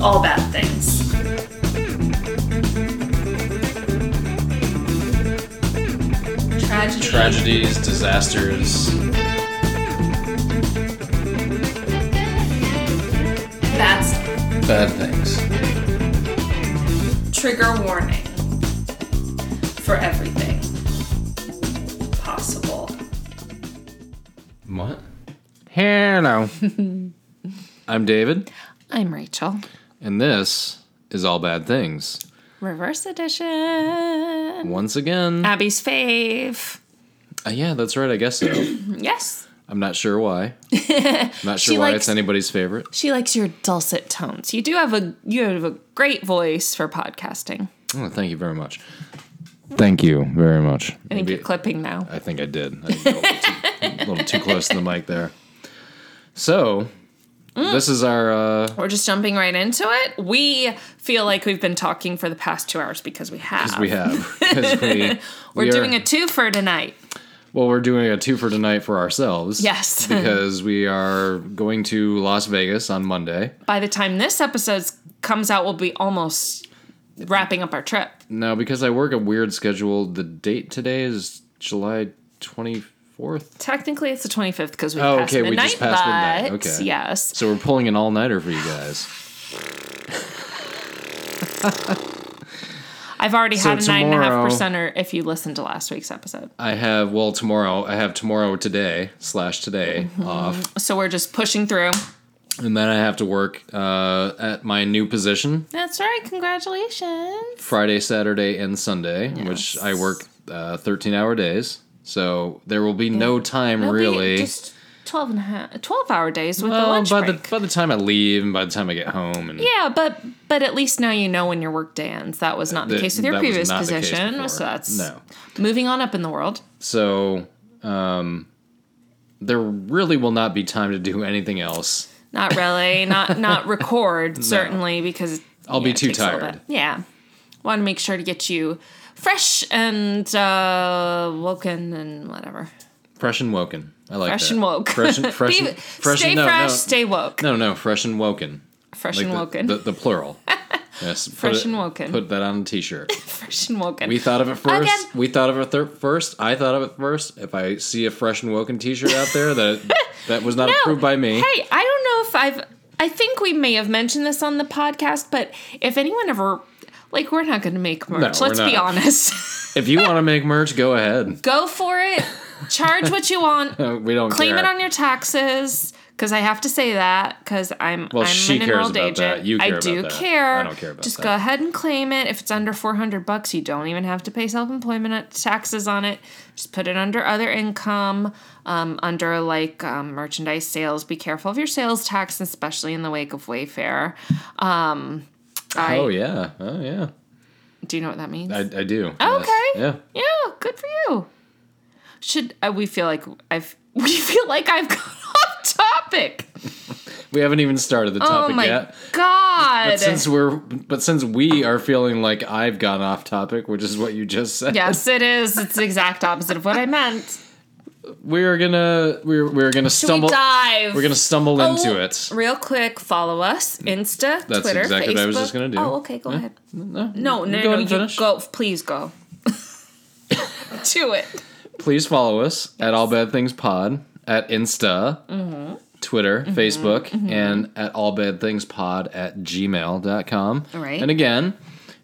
all bad things. Tragedy. Tragedies, disasters, That's bad things. trigger warning for everything possible. What? Hello. I'm David, I'm Rachel. and this is All Bad Things. Reverse edition. Once again. Abby's fave. Uh, yeah, that's right. I guess so. Yes. I'm not sure why. not sure She why likes- it's anybody's favorite. She likes your dulcet tones. You do have a you have a great voice for podcasting. Oh, thank you very much. Thank you very much. I think you're clipping now. I think I did. I got a little, too, a little too close to the mic there. So, this is our. Uh, We're just jumping right into it. We feel like we've been talking for the past two hours because we have. we have. 'cause we, We're we are- doing a two for tonight. Well, we're doing a two for tonight for ourselves. Yes. because we are going to Las Vegas on Monday. By the time this episode comes out, we'll be almost wrapping up our trip. Now, because I work a weird schedule, the date today is July 24th. Technically, it's the 25th because we Oh, passed okay, we midnight. just passed midnight. but Okay. Yes. So we're pulling an all nighter for you guys. I've already So had a nine and a half tomorrow- percenter if you listened to last week's episode. I have, well, tomorrow, I have tomorrow today slash today Mm-hmm. off. So we're just pushing through. And then I have to work uh, at my new position That's right. Congratulations. Friday, Saturday, and Sunday, which I work uh, 13 hour days. So there will be no time really. Just 12 and a half, 12 hour days with the well, lunch by break. the by the time I leave and by the time I get home and yeah, but but at least now you know when your work day ends. That was not the, That- case with your that was previous not the case position. before. so that's No. moving on up in the world. So, um, there really will not be time to do anything else. Not really. not not record certainly because I'll be it too takes a little tired. bit. Yeah, want to make sure to get you fresh and uh, woken and whatever. Fresh and woken. I like Fresh that. and woke. Fresh and fresh. Be- and, fresh stay and, no, fresh, no, stay woke. No, no, fresh and woken. fresh Like and the- woken. The, the, plural. Yes. put Fresh it- and woken. Put that on a T-shirt. fresh and woken. We thought of it first. Again. We thought of it thir- first. I thought of it first. If I see a fresh and woken T-shirt out there that that was not No. approved by me, Hey, I don't know if I've. I think we may have mentioned this on the podcast, but if anyone ever, like, we're not going to make merch. we're Let's be not. honest. if you want to make merch, go ahead. Go for it. Charge what you want. We don't Claim it care. on your taxes. Because I have to say that because I'm Well, I'm she an cares enrolled about agent. that. You care I about do that. care. I don't care about Just that. go ahead and claim it. If it's under four hundred bucks, you don't even have to pay self employment taxes on it. Just put it under other income, um, under like um, merchandise sales. Be careful of your sales tax, especially in the wake of Wayfair. Um, I, Oh yeah. Oh yeah. Do you know what that means? I, I do. Okay. Yes. Yeah, good for you. Should uh, we feel like I've we feel like I've gone off topic? Yeah. We haven't even started the topic oh my yet. god! But since we're but since we are feeling like I've gone off topic, which is what you just said. yes, it is. It's the exact opposite of what I meant. We're gonna we're we're gonna stumble we dive. we're gonna stumble Oh, into it. Real quick, follow us Insta, That's Twitter, exactly Facebook. what I was just gonna do. Oh, okay, go ahead. No, No, no, go no, ahead and you finish. go. Please go. Do it. Please follow us at All Bad Things Pod at Insta, Mm-hmm. Twitter, Facebook, and at All Bad Things Pod at gmail.com. Right. And again,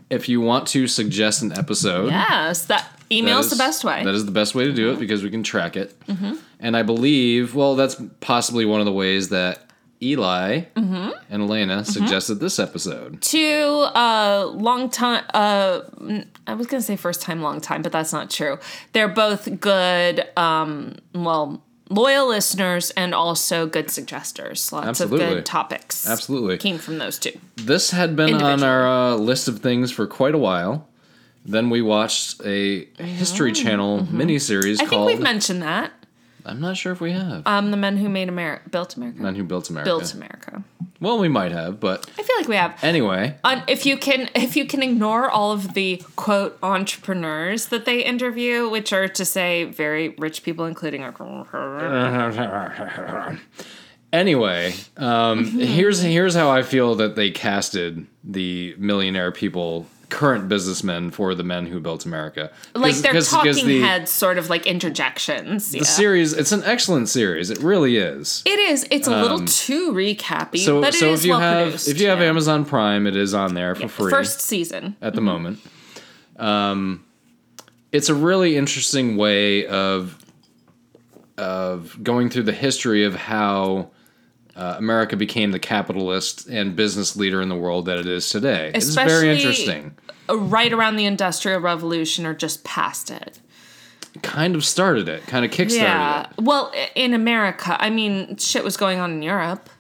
if you want to suggest an episode, Yes, that That email's is- the best way. Mm-hmm. That is the best way to do it because we can track it. And I believe, well, that's possibly one of the ways that Eli Mm-hmm. and Elena suggested this episode. to uh long time uh n- i was gonna say first time long time but that's not true they're both good um well loyal listeners and also good suggestors lots of Absolutely. good topics Absolutely. came from those two This had been on Individual. our uh, list of things for quite a while. Then we watched a History Channel miniseries Mm-hmm. i think called. we've mentioned that I'm not sure if we have. um the men who made america built america Men Who Built America. built america Well, we might have, but i feel like we have anyway. on, if you can if you can ignore all of the quote entrepreneurs that they interview which are to say very rich people including our Anyway, um, here's here's how I feel that they casted the millionaire people, current businessmen, for the men who built America. Like 'Cause- they're 'cause- 'cause talking the, heads, sort of like interjections. The Yeah. series, it's an excellent series. It really is. it is. It's a little too recappy, um, So, but it is so if you well have produced. if you have yeah. Amazon Prime, it is on there for free first season, at the moment. Um, it's a really interesting way of of going through the history of how uh, America became the capitalist and business leader in the world that it is today. It's very Especially- interesting. uh, right around the Industrial Revolution or just past it. Kind of started it. Kind of kickstarted Yeah. it. Well, i- in America, I mean, shit was going on in Europe.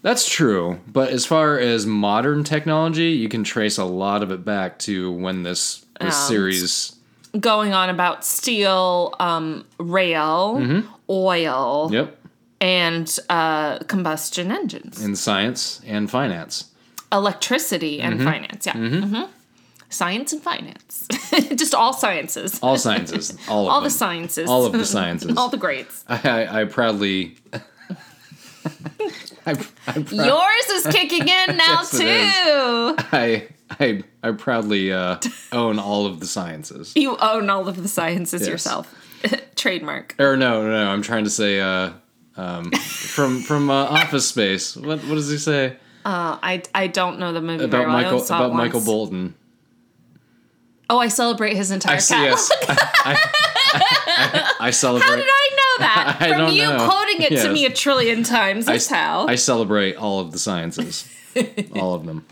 That's true. But as far as modern technology, you can trace a lot of it back to when this, this Um, series. going on about steel, um, rail, oil, Mm-hmm. Yep. and uh, combustion engines, In science and finance. electricity, Mm-hmm. and finance. Yeah. hmm Science and finance. Just all sciences. All, All sciences. All of the them. sciences. All of the sciences. all the grades. I, I proudly. I, I, Yours is kicking in now, Yes, it is. too. I, I, I proudly uh, own all of the sciences. You own all of the sciences Yes. yourself. Trademark. Or no, no, no, I'm trying to say uh, um, from from uh, Office Space. What what does he say Uh, I, I don't know the movie very about well. I Michael only saw it about Michael once. Bolton? Oh, I celebrate his entire I see. catalog. Yes, I, I- I- I celebrate. How did I know that? I From don't you know. quoting it Yes. to me a trillion times. I- That's how. I celebrate all of the sciences, all of them.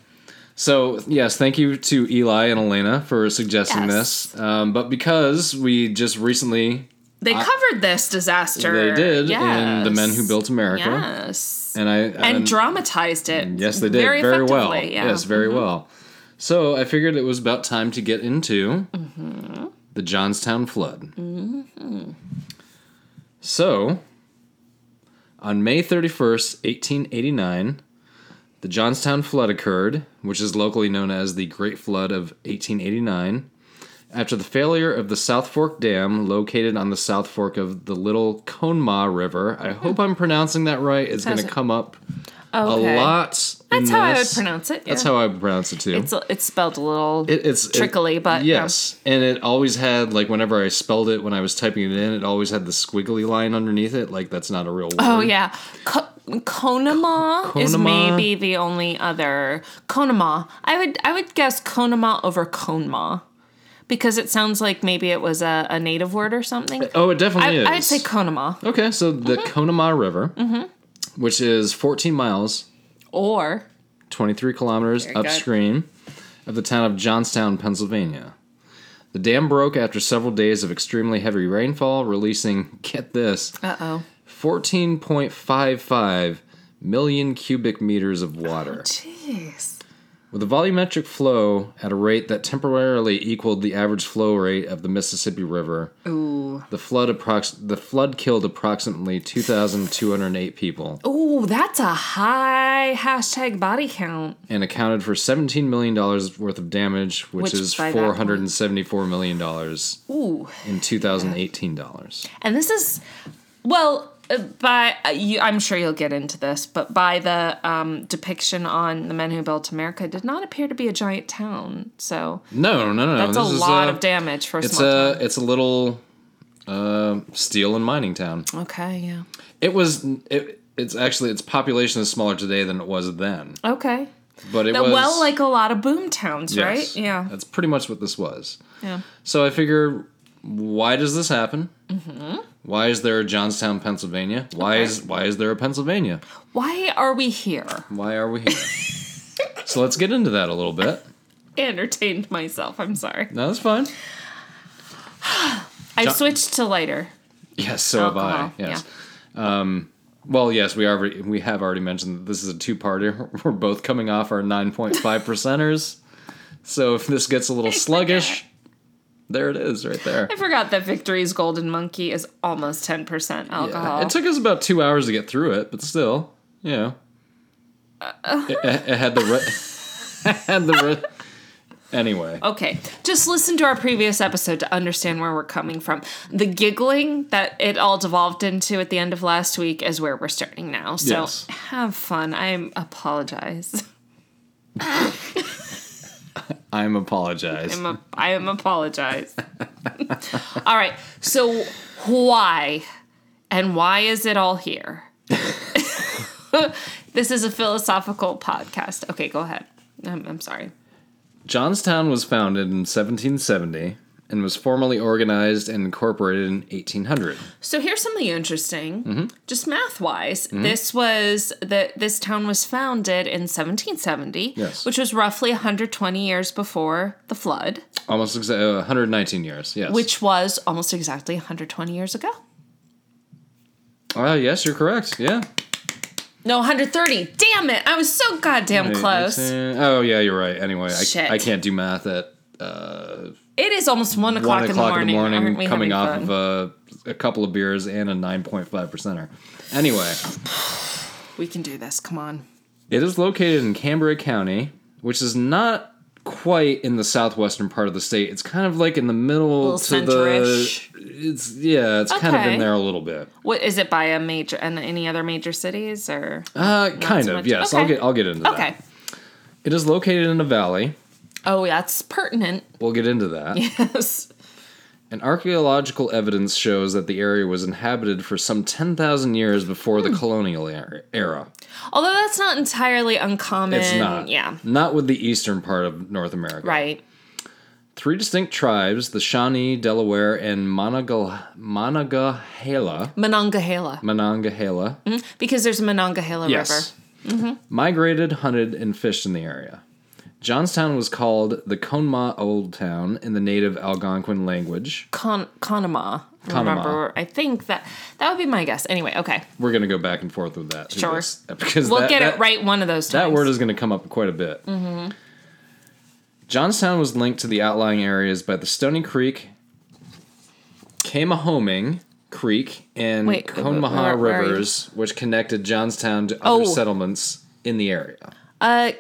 So yes, thank you to Eli and Elena for suggesting Yes. this. Um, but because we just recently they covered this disaster. they did in the Yes. men who built America, Yes. and I And dramatized it. yes, they did very, well. effectively, yeah. Mm-hmm. Yes, very well. So I figured it was about time to get into Mm-hmm. the Johnstown flood. So, on May 31st, 1889, the Johnstown flood occurred, which is locally known as the Great Flood of 1889, after the failure of the South Fork Dam located on the South Fork of the Little Conemaugh River. I Hmm. hope I'm pronouncing that right. It's going to Sounds- come up Okay. a lot. in That's how I would this. pronounce it. That's yeah. how I would pronounce it too. it's, it's spelled a little. It- it's it- trickly, but, yeah. yes, and it always had like whenever I spelled it when I was typing it in, it always had the squiggly line underneath it. Like that's not a real word. oh, yeah. Co- Konama is Konama? maybe the only other Konama. I would I would guess Konama over Konma because it sounds like maybe it was a, a native word or something. Oh, it definitely I, is. I'd say Mm-hmm. Konama okay. So the Conemaugh River, Mm-hmm. which is 14 miles, or 23 kilometers good. upstream of the town of Johnstown, Pennsylvania. The dam broke after several days of extremely heavy rainfall, releasing get this uh oh. 14.55 million cubic meters of water. Jeez. With a volumetric flow at a rate that temporarily equaled the average flow rate of the Mississippi River, Ooh. the flood approx- the flood killed approximately 2,208 people Ooh, that's a high hashtag body count. and accounted for 17 million dollars worth of damage, which, Which is by that 474 million dollars Ooh. in 2018 dollars. And this is, well, uh, by uh, you, I'm sure you'll get into this, but by the um, depiction on the Men Who Built America, it did not appear to be a giant town. So No, no, no. that's a this is lot of damage for a It's small a it's a little uh, steel and mining town. town. Okay. Yeah. It was it, it's actually its population is smaller today than it was then, Okay. but it The was well, like a lot of boom towns, Yes. Uh, right? Yeah. That's pretty much what this was. Yeah. So I figure, why does this happen? Mm-hmm. Why is there a Johnstown, Pennsylvania? Why is why is there a Pennsylvania? Why are we here? Why are we here? so let's get into that a little bit. Entertained myself. I'm sorry. No, that's fine. I've Jo- switched to lighter. Yes, so Alcohol, have I. Yes. Um, well, yes, we are. We have already mentioned that this is a two-parter. We're both coming off our nine point five percenters. So if this gets a little sluggish, there it is, right there. I forgot that Victory's Golden Monkey is almost 10% alcohol. It took us about two hours to get through it, but still, you know, it, it had the re- it had the re- Anyway, Okay, just listen to our previous episode to understand where we're coming from. The giggling that it all devolved into at the end of last week is where we're starting now. So Yes. have fun. I apologize. I'm apologize. I'm a, I am apologize. all right. So why and why is it all here? this is a philosophical podcast. Okay, go ahead. I'm, I'm sorry. Johnstown was founded in 1770 and was formally organized and incorporated in 1800. So here's something interesting, Mm-hmm. just math wise. This was that this town was founded in 1770, Yes. which was roughly 120 years before the flood, Almost exa- uh, 119 years. Yes. which was almost exactly 120 years ago. Oh, yes, you're correct. Yeah. No, 130. Damn it! I was so goddamn close. It Uh, Oh, yeah, you're right. Anyway, Shit. I, I can't do math at is almost one o'clock, in, one the o'clock in morning. the morning, Aren't we coming off having fun? of a, a couple of beers and a 9.5 percenter. Anyway, we can do this. Come on. it is located in Canberra County, which is not quite in the southwestern part of the state. It's kind of like in the middle Little to center-ish. the. It's yeah, it's kind of Okay. in there a little bit. What is it by a major and any other major cities or? Uh, kind so of much- yes. I'll okay. get I'll get into that. Okay. It is located in a valley. Oh, that's pertinent. We'll get into that. Yes. And archaeological evidence shows that the area was inhabited for some 10,000 years before Hmm. the colonial era- era. Although that's not entirely uncommon. It's not. Yeah. Not with the eastern part of North America. Right. Three distinct tribes, the Shawnee, Delaware, and Monaga- Monongahela. Monongahela. Monongahela. Mm-hmm. Because there's a Monongahela Yes. Mm-hmm. Migrated, hunted, and fished in the area. Johnstown was called the Conemaugh Old Town in the native Algonquin language. River. Con- Conemaugh. Conemaugh. Remember, I think that that would be my guess. Anyway, okay. We're going to go back and forth with that. through Sure. this, Because We'll that- get that- it right one of those times. That word is going to come up quite a bit. Mm-hmm. Johnstown was linked to the outlying areas by the Stony Creek, Kamahoming Creek, and Wait, where- Conemaugh where are you? rivers, which connected Johnstown to Oh. other settlements in the area. Uh,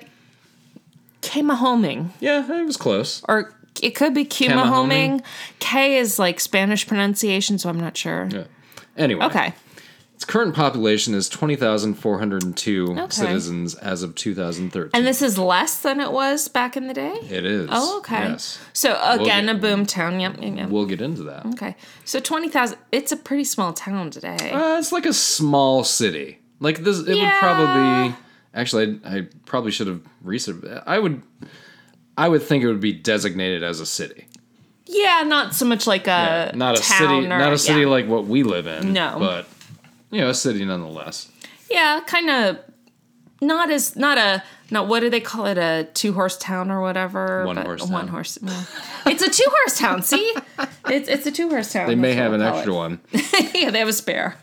Kamahoming. Yeah, it was close. Or it could be Kumahoming. Kamahoming. K is like Spanish pronunciation, so I'm not sure. Yeah. Anyway, Okay. its current population is 20,402 Okay. citizens as of 2013. And this is less than it was back in the day? it is. Oh, okay. Yes. So again, get- a boom town. Yep, yep, yep. We'll get into that. Okay. So 20,000. It's a pretty small town today. Uh, it's like a small city. Like this, it Yeah. would probably. Actually, I, I probably should have researched. I would, I would think it would be designated as a city, Yeah, not so much like a not a town city, or- not a city yeah. like what we live in. No. but you know, a city nonetheless. yeah, kind of not as not a not what do they call it a two horse town or whatever One but- horse a one town. horse yeah. it's a two horse town see it's it's a two horse town They may have an extra one. yeah they have a spare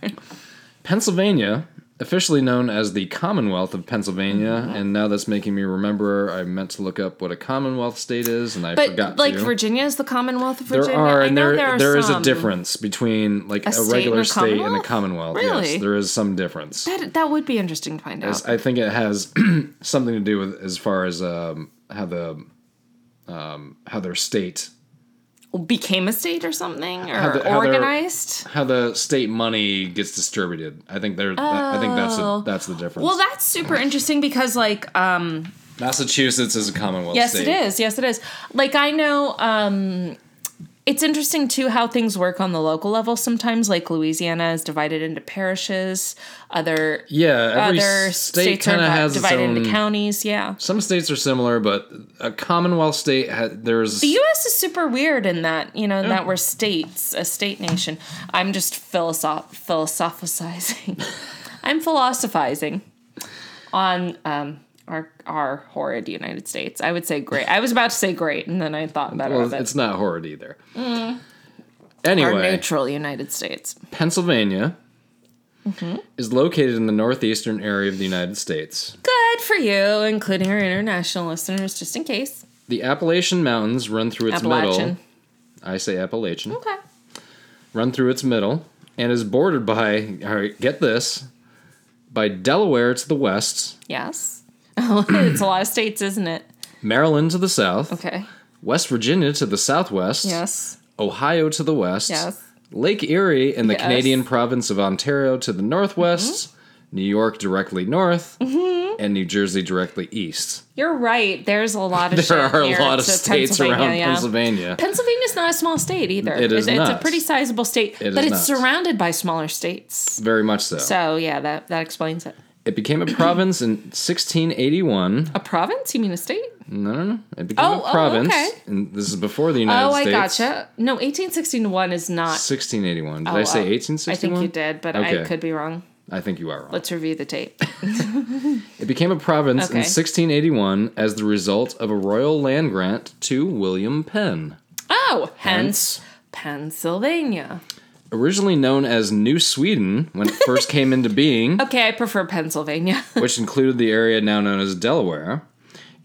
Pennsylvania, officially known as the Commonwealth of Pennsylvania, Mm-hmm. and now that's making me remember. I meant to look up what a Commonwealth state is, and I but forgot. like to. Virginia is the Commonwealth of There Virginia are, I and know there there are there is a some. difference between like a, state and regular a state and a commonwealth? commonwealth. Really? Yes, there is some difference. that, that would be interesting to find out I think it has something to do with as far as um, how the um, how their state became a state or something or the- how they're- organized how the state money gets distributed. I think there. that- I think that's the, that's the difference. Oh. well that's super interesting because like um, Massachusetts is a commonwealth. Yes, state. it is. Yes, it is. Like I know, um, it's interesting too how things work on the local level sometimes. Like Louisiana is divided into parishes. Other Yeah, every other state states are kind of not has its divided into own. counties. Yeah. some states are similar, but a commonwealth state ha- there's The U.S. is super weird in that you know that we're states, a state nation. I'm just philosoph- philosophizing. I'm philosophizing on um, our our horrid United States. I would say great. I was about to say great, and then I thought better well, of it. Mm. it's not horrid either. Our Anyway, neutral United States. Pennsylvania Mm-hmm. is located in the northeastern area of the United States. Good for you, including our international listeners, just in case. The Appalachian Mountains run through its Appalachian. Mm-hmm. middle. I say Appalachian. Okay. Run through its middle and is bordered by, all right, get this, by Delaware to the west, Yes. it's a lot of states, isn't it? Maryland to the south, Okay. West Virginia to the southwest, Yes. Ohio to the west, Yes. Lake Erie and the Yes. Mm-hmm. Canadian province of Ontario to the northwest, New York directly north, and New Jersey directly east. You're right. There's a lot of There shit are a near lot of to states around yeah. Pennsylvania. Pennsylvania's not a small state either. It is It's not. a pretty sizable state, It but is it's not. surrounded by smaller states. Very much so. So yeah, that that explains it. It became a province in 1681. A province? You mean a state? No, no, no. It became Oh, a oh, province. okay. And this is before the United oh, States. I gotcha. No, 1861 is not. 1681. Did I say uh, I think I 1861? think you did, but Okay. I could be wrong. I think you are wrong. Let's review the tape. It became a province in Okay. 1681 as the result of a royal land grant to William Penn. Oh, hence Pennsylvania. Originally known as New Sweden when it first came into being, Okay, I prefer Pennsylvania. which included the area now known as Delaware,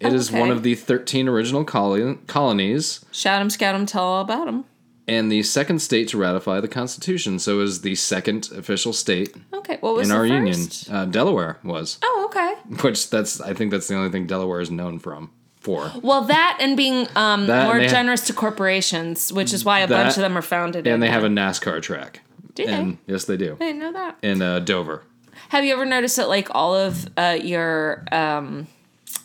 it is one Okay. of the 13 original colo- colonies Shout 'em, scout 'em, tell all about 'em. and the second state to ratify the Constitution. So, it is the second official state Okay, what was in the our first? union. Uh, Delaware was, Oh, okay. which that's I think that's the only thing Delaware is known from for. Well, that and being um, That more and they- generous to corporations, which is why a That- bunch of them are founded. in- And they have a NASCAR track. Do they? And yes, they do. I didn't know that. In uh, Dover. Have you ever noticed that, like, all of uh, your, um,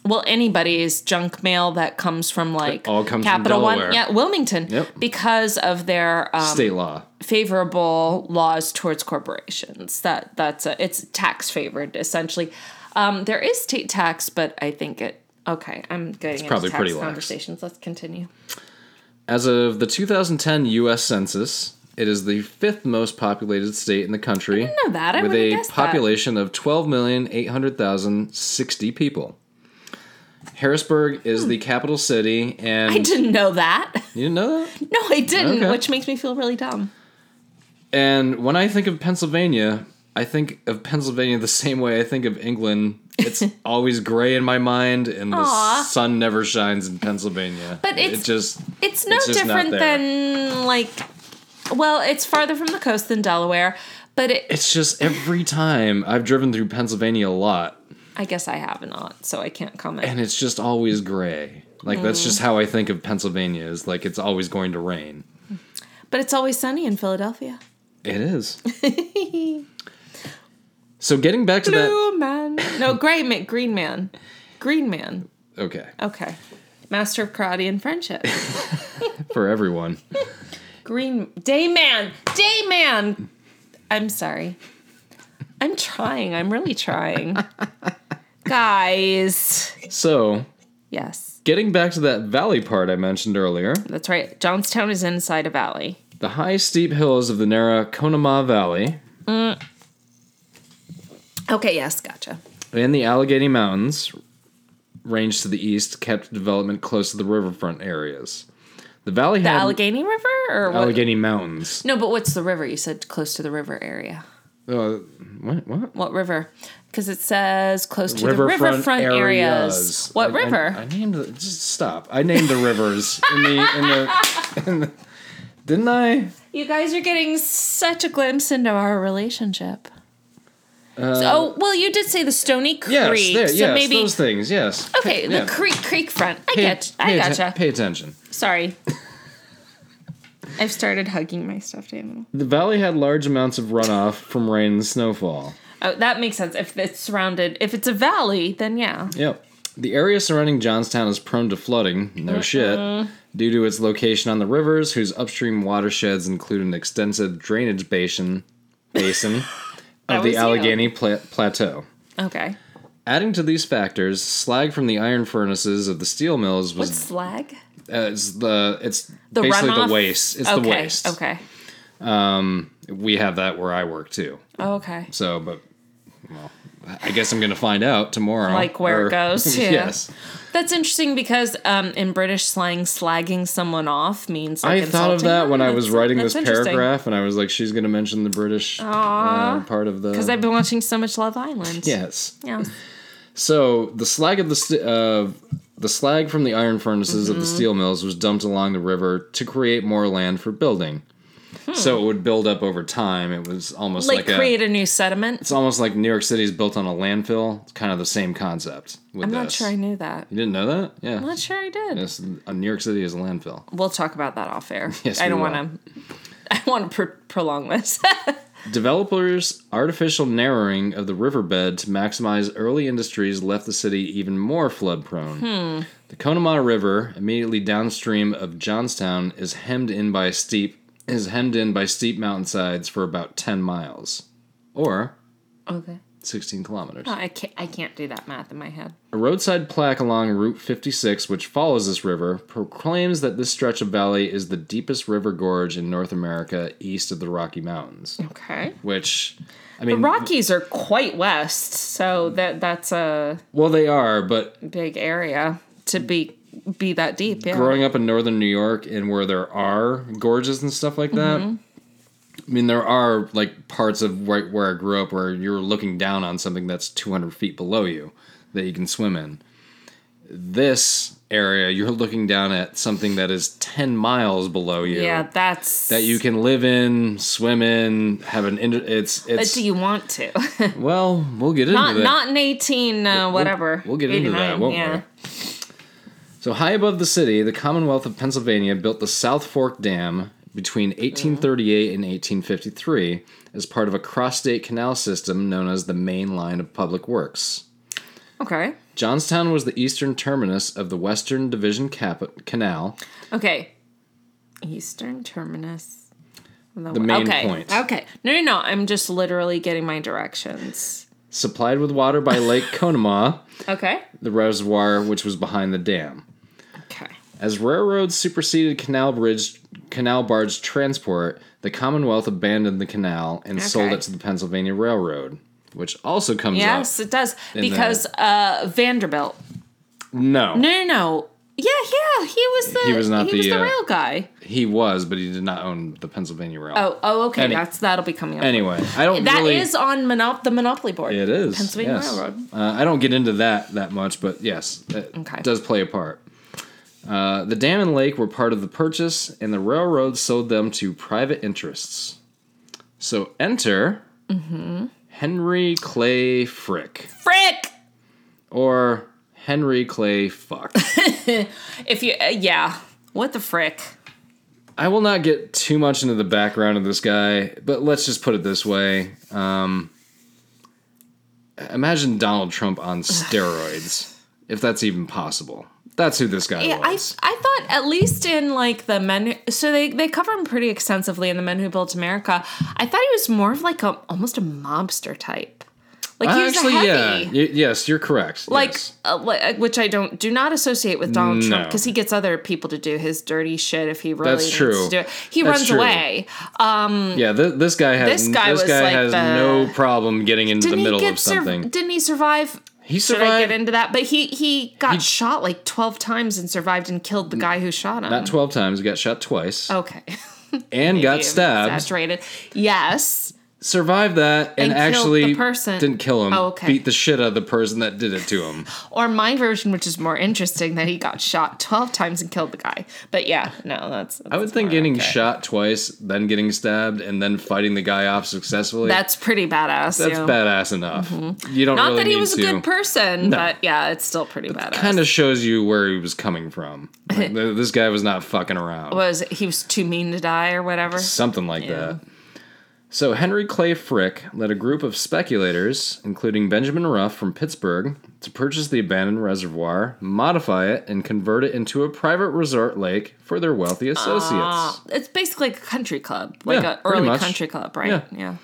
well, anybody's junk mail that comes from like all comes from Capital Delaware. One, yeah, Wilmington, Yep. because of their um, State law. favorable laws towards corporations. That that's a, it's tax favored essentially. Um, there is state tax, but I think it. Okay, I'm getting into probably tax pretty lax. conversations. Let's continue. As of the 2010 U.S. Census, it is the fifth most populated state in the country. know that. I with wouldn't a guess that. population of 12,800,060 people. Harrisburg is the capital city, and Hmm. I didn't know that. you didn't know that. No, I didn't, Okay. which makes me feel really dumb. And when I think of Pennsylvania, I think of Pennsylvania the same way I think of England. It's always gray in my mind, and the Aw. sun never shines in Pennsylvania. But it's- it just It's no It's just not different there. than like, well, it's farther from the coast than Delaware, but it, it's just every time I've driven through Pennsylvania a lot, I guess I have not, so I can't comment. and it's just always gray. Like Mm. that's just how I think of Pennsylvania is like it's always going to rain. but it's always sunny in Philadelphia. It is. so getting back to that Blue man, no, gray man, green man, green man. okay, Okay. Master of karate and friendship. for everyone. Green Day Man. Day Man. I'm sorry. I'm trying. I'm really trying. Guys. So, Yes. getting back to that valley part I mentioned earlier, That's right. Johnstown is inside a valley. the high steep hills of the Nara Conemaugh Valley Okay, yes, gotcha. and the Allegheny Mountains range to the east kept development close to the riverfront areas. The valley The had Allegheny River or what? Allegheny Mountains. no, but what's the river? You said close to the river area. Uh, what? What? What river? Because it says close to the riverfront areas. What I- I- river? I, named the, just stop. I named the rivers in the in the, in the didn't I? You guys are getting such a glimpse into our relationship. oh well, you did say the Stony Creek, Uh, Yes, there, so yes, maybe those things. Yes. okay, Yeah. the Creek Creek front. I Pay- get, I pay atten- gotcha. pay attention. Sorry, I've started hugging my stuffed animal. The valley had large amounts of runoff from rain and snowfall. Oh, that makes sense. If it's surrounded, if it's a valley, then yeah. Yep. The area surrounding Johnstown is prone to flooding, no Mm-hmm. shit, due to its location on the rivers, whose upstream watersheds include an extensive drainage basin, basin was of the you. Allegheny pla- Plateau. Okay, Adding to these factors, slag from the iron furnaces of the steel mills was slag. uh, it's the it's The basically runoff? the waste. It's okay, the waste. okay, We have that where I work too. okay. So, but well, I guess I'm gonna find out tomorrow. Like where it goes, yeah. yes, That's interesting because um, in British slang, slagging someone off means like, I thought of insulting that them. when I was That's- writing that's this interesting. paragraph, and I was like, she's gonna mention the British uh, part of the. Because I've been watching so much Love Island. yes. Yeah. So the slag of the st- uh, the slag Mm-hmm. from the iron furnaces of the steel mills was dumped along the river to create more land for building. So it would build up over time. It was almost Hmm. Like, like, create a. a new sediment. It's almost like New York City's built on a landfill. It's kind of the same concept. With I'm not this. sure I knew that. You didn't know that? Yeah. I'm not sure I did. Mm. Yes, uh, New York City is a landfill. We'll talk about that off air. Yes, I we don't will. want to. I want to pr- prolong this. Developers' artificial narrowing of the riverbed to maximize early industries left the city even more flood prone. The Conemaugh River, immediately downstream of Johnstown, is hemmed in by steep is hemmed in by steep mountainsides for about 10 miles or okay. 16 kilometers. Oh, I can't. I can't do that math in my head. A roadside plaque along Route 56, which follows this river, proclaims that this stretch of valley is the deepest river gorge in North America east of the Rocky Mountains, Okay. which I mean, Rockies are quite west, so that that's a well, they are, but big area to be be that deep. Yeah. growing up in northern New York and where there are gorges and stuff like that, Mm-hmm. I mean, there are like parts of right where I grew up where you're looking down on something that's 200 feet below you that you can swim in. This area, you're looking down at something that is 10 miles below you. yeah, that's. That you can live in, swim in, have an. Inter- it's but it's uh, do you want to? well, we'll get into not that. not in eighteen. Uh, We'll- whatever. We'll, get into that, 89, won't yeah. we? So high above the city, the Commonwealth of Pennsylvania built the South Fork Dam between Mm-hmm. 1838 and 1853 as part of a cross-state canal system known as the Main Line of Public Works. Okay. Johnstown was the eastern terminus of the Western Division Cap- Canal. Okay. Eastern terminus. The main okay. point. Okay. No, no, no. I'm just literally getting my directions. Supplied with water by Lake Conemaugh, Okay. the reservoir which was behind the dam. Okay. As railroads superseded canal bridge canal barge transport, the Commonwealth abandoned the canal and sold Okay. it to the Pennsylvania Railroad, which also comes Yes, it does the- because uh, Vanderbilt. up. No, No, no, no. Yeah, yeah. He was the He was not the, uh, rail guy. he was, but he did not own the Pennsylvania Rail. Oh, oh, okay. any- that's that'll be coming up. Anyway, I don't That is really. on monop- the Monopoly board. it is Pennsylvania yes. Railroad. Uh, I don't get into that that much, but yes, it Okay. does play a part. Uh, the dam and lake were part of the purchase, and the railroad sold them to private interests. So enter Mm-hmm. Henry Clay Frick. Frick. or Henry Clay Fuck. If you, uh, yeah. What the frick? I will not get too much into the background of this guy, but let's just put it this way. Um, imagine Donald Trump on steroids, if that's even possible. That's who this guy Yeah, I, I was. thought at least in like the men, Who- so they, they cover him pretty extensively in the Men Who Built America. I thought he was more of like a almost a mobster type. Like he was a heavy. yeah. Y- yes, you're correct. like, yes. uh, like which I don't do not associate with Donald No. Trump because he gets other people to do his dirty shit if he really That's needs true. to do it. He That's runs true. away. yeah, th- this guy has this this guy guy, was like has the- no problem getting into the Didn't middle he get of sur- something. didn't he survive? he Should I get survived into that? But he he got shot like twelve times and survived and killed the guy who shot him. not 12 times, he got shot twice, okay, and got stabbed. Saturated. Yes. survived that and, And killed actually the person. didn't kill him. Oh, okay. Beat the shit out of the person that did it to him. Or my version, which is more interesting, that he got shot twelve times and killed the guy. But yeah, no, that's. I would think getting shot twice, then getting stabbed, and then fighting the guy off successfully. that's pretty badass. that's yeah. badass enough. You don't Not really that he need was a to. good person, but yeah, it's still pretty badass. Kind of shows you where he was coming from. Like, th- this guy was not fucking around. was he was too mean to die or whatever. Something like that. So Henry Clay Frick led a group of speculators, including Benjamin Ruff from Pittsburgh, to purchase the abandoned reservoir, modify it, and convert it into a private resort lake for their wealthy associates. It's basically like a country club, like Yeah, an pretty early much. country club, right? Yeah. yeah.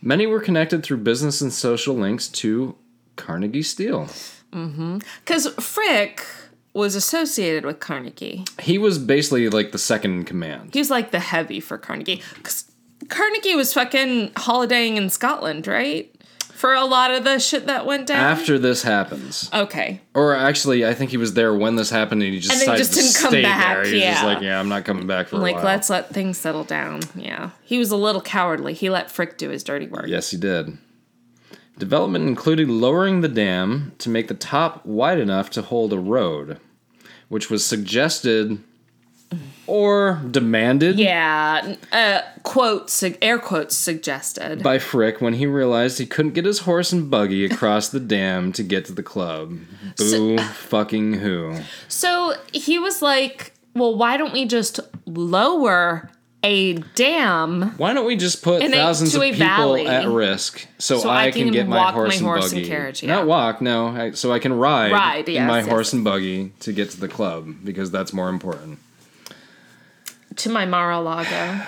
Many were connected through business and social links to Carnegie Steel. Because Frick was associated with Carnegie. He was basically like the second in command. He was like the heavy for Carnegie. 'Cause Carnegie was fucking holidaying in Scotland, right? For a lot of the shit that went down. After this happens, okay. or actually, I think he was there when this happened, and he just And then he just decided to didn't come stay back, there. He was just yeah. like, "Yeah, I'm not coming back for a Like, while." let's let things settle down. Yeah. He was a little cowardly. He let Frick do his dirty work. Yes, he did. Development included lowering the dam to make the top wide enough to hold a road, which was suggested or demanded Yeah, uh, quotes, sug- air quotes suggested. by Frick when he realized he couldn't get his horse and buggy across the dam to get to the club. Boo fucking who. So he was like, well, why don't we just lower a dam Why don't we just put In a- thousands to of a people valley. at risk so, So I, I can, can get my walk horse, my and horse buggy? and carriage, yeah. Not walk, no. I, so I can ride, Ride, in yes, my yes, horse yes. and buggy to get to the club because that's more important. to my Mar-a-Lago?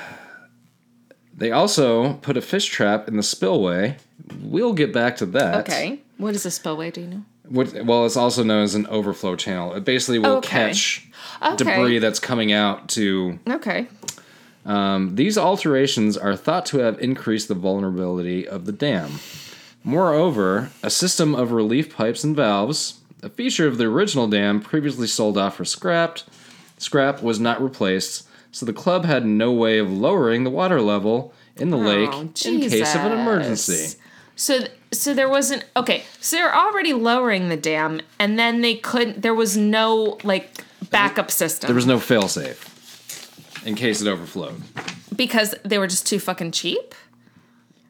They also put a fish trap in the spillway. We'll get back to that. Okay. What is a spillway? Do you know? What, well, it's also known as an overflow channel. It basically will Okay. catch Okay. debris that's coming out to Okay. These alterations are thought to have increased the vulnerability of the dam. Moreover, a system of relief pipes and valves, a feature of the original dam previously sold off for scrapped, scrap was not replaced, so the club had no way of lowering the water level in the lake in case of an emergency. Oh, Jesus. So, th- so there wasn't. Okay. So they're already lowering the dam, and then they couldn't. There was no like backup system There was no failsafe in case it overflowed. because they were just too fucking cheap.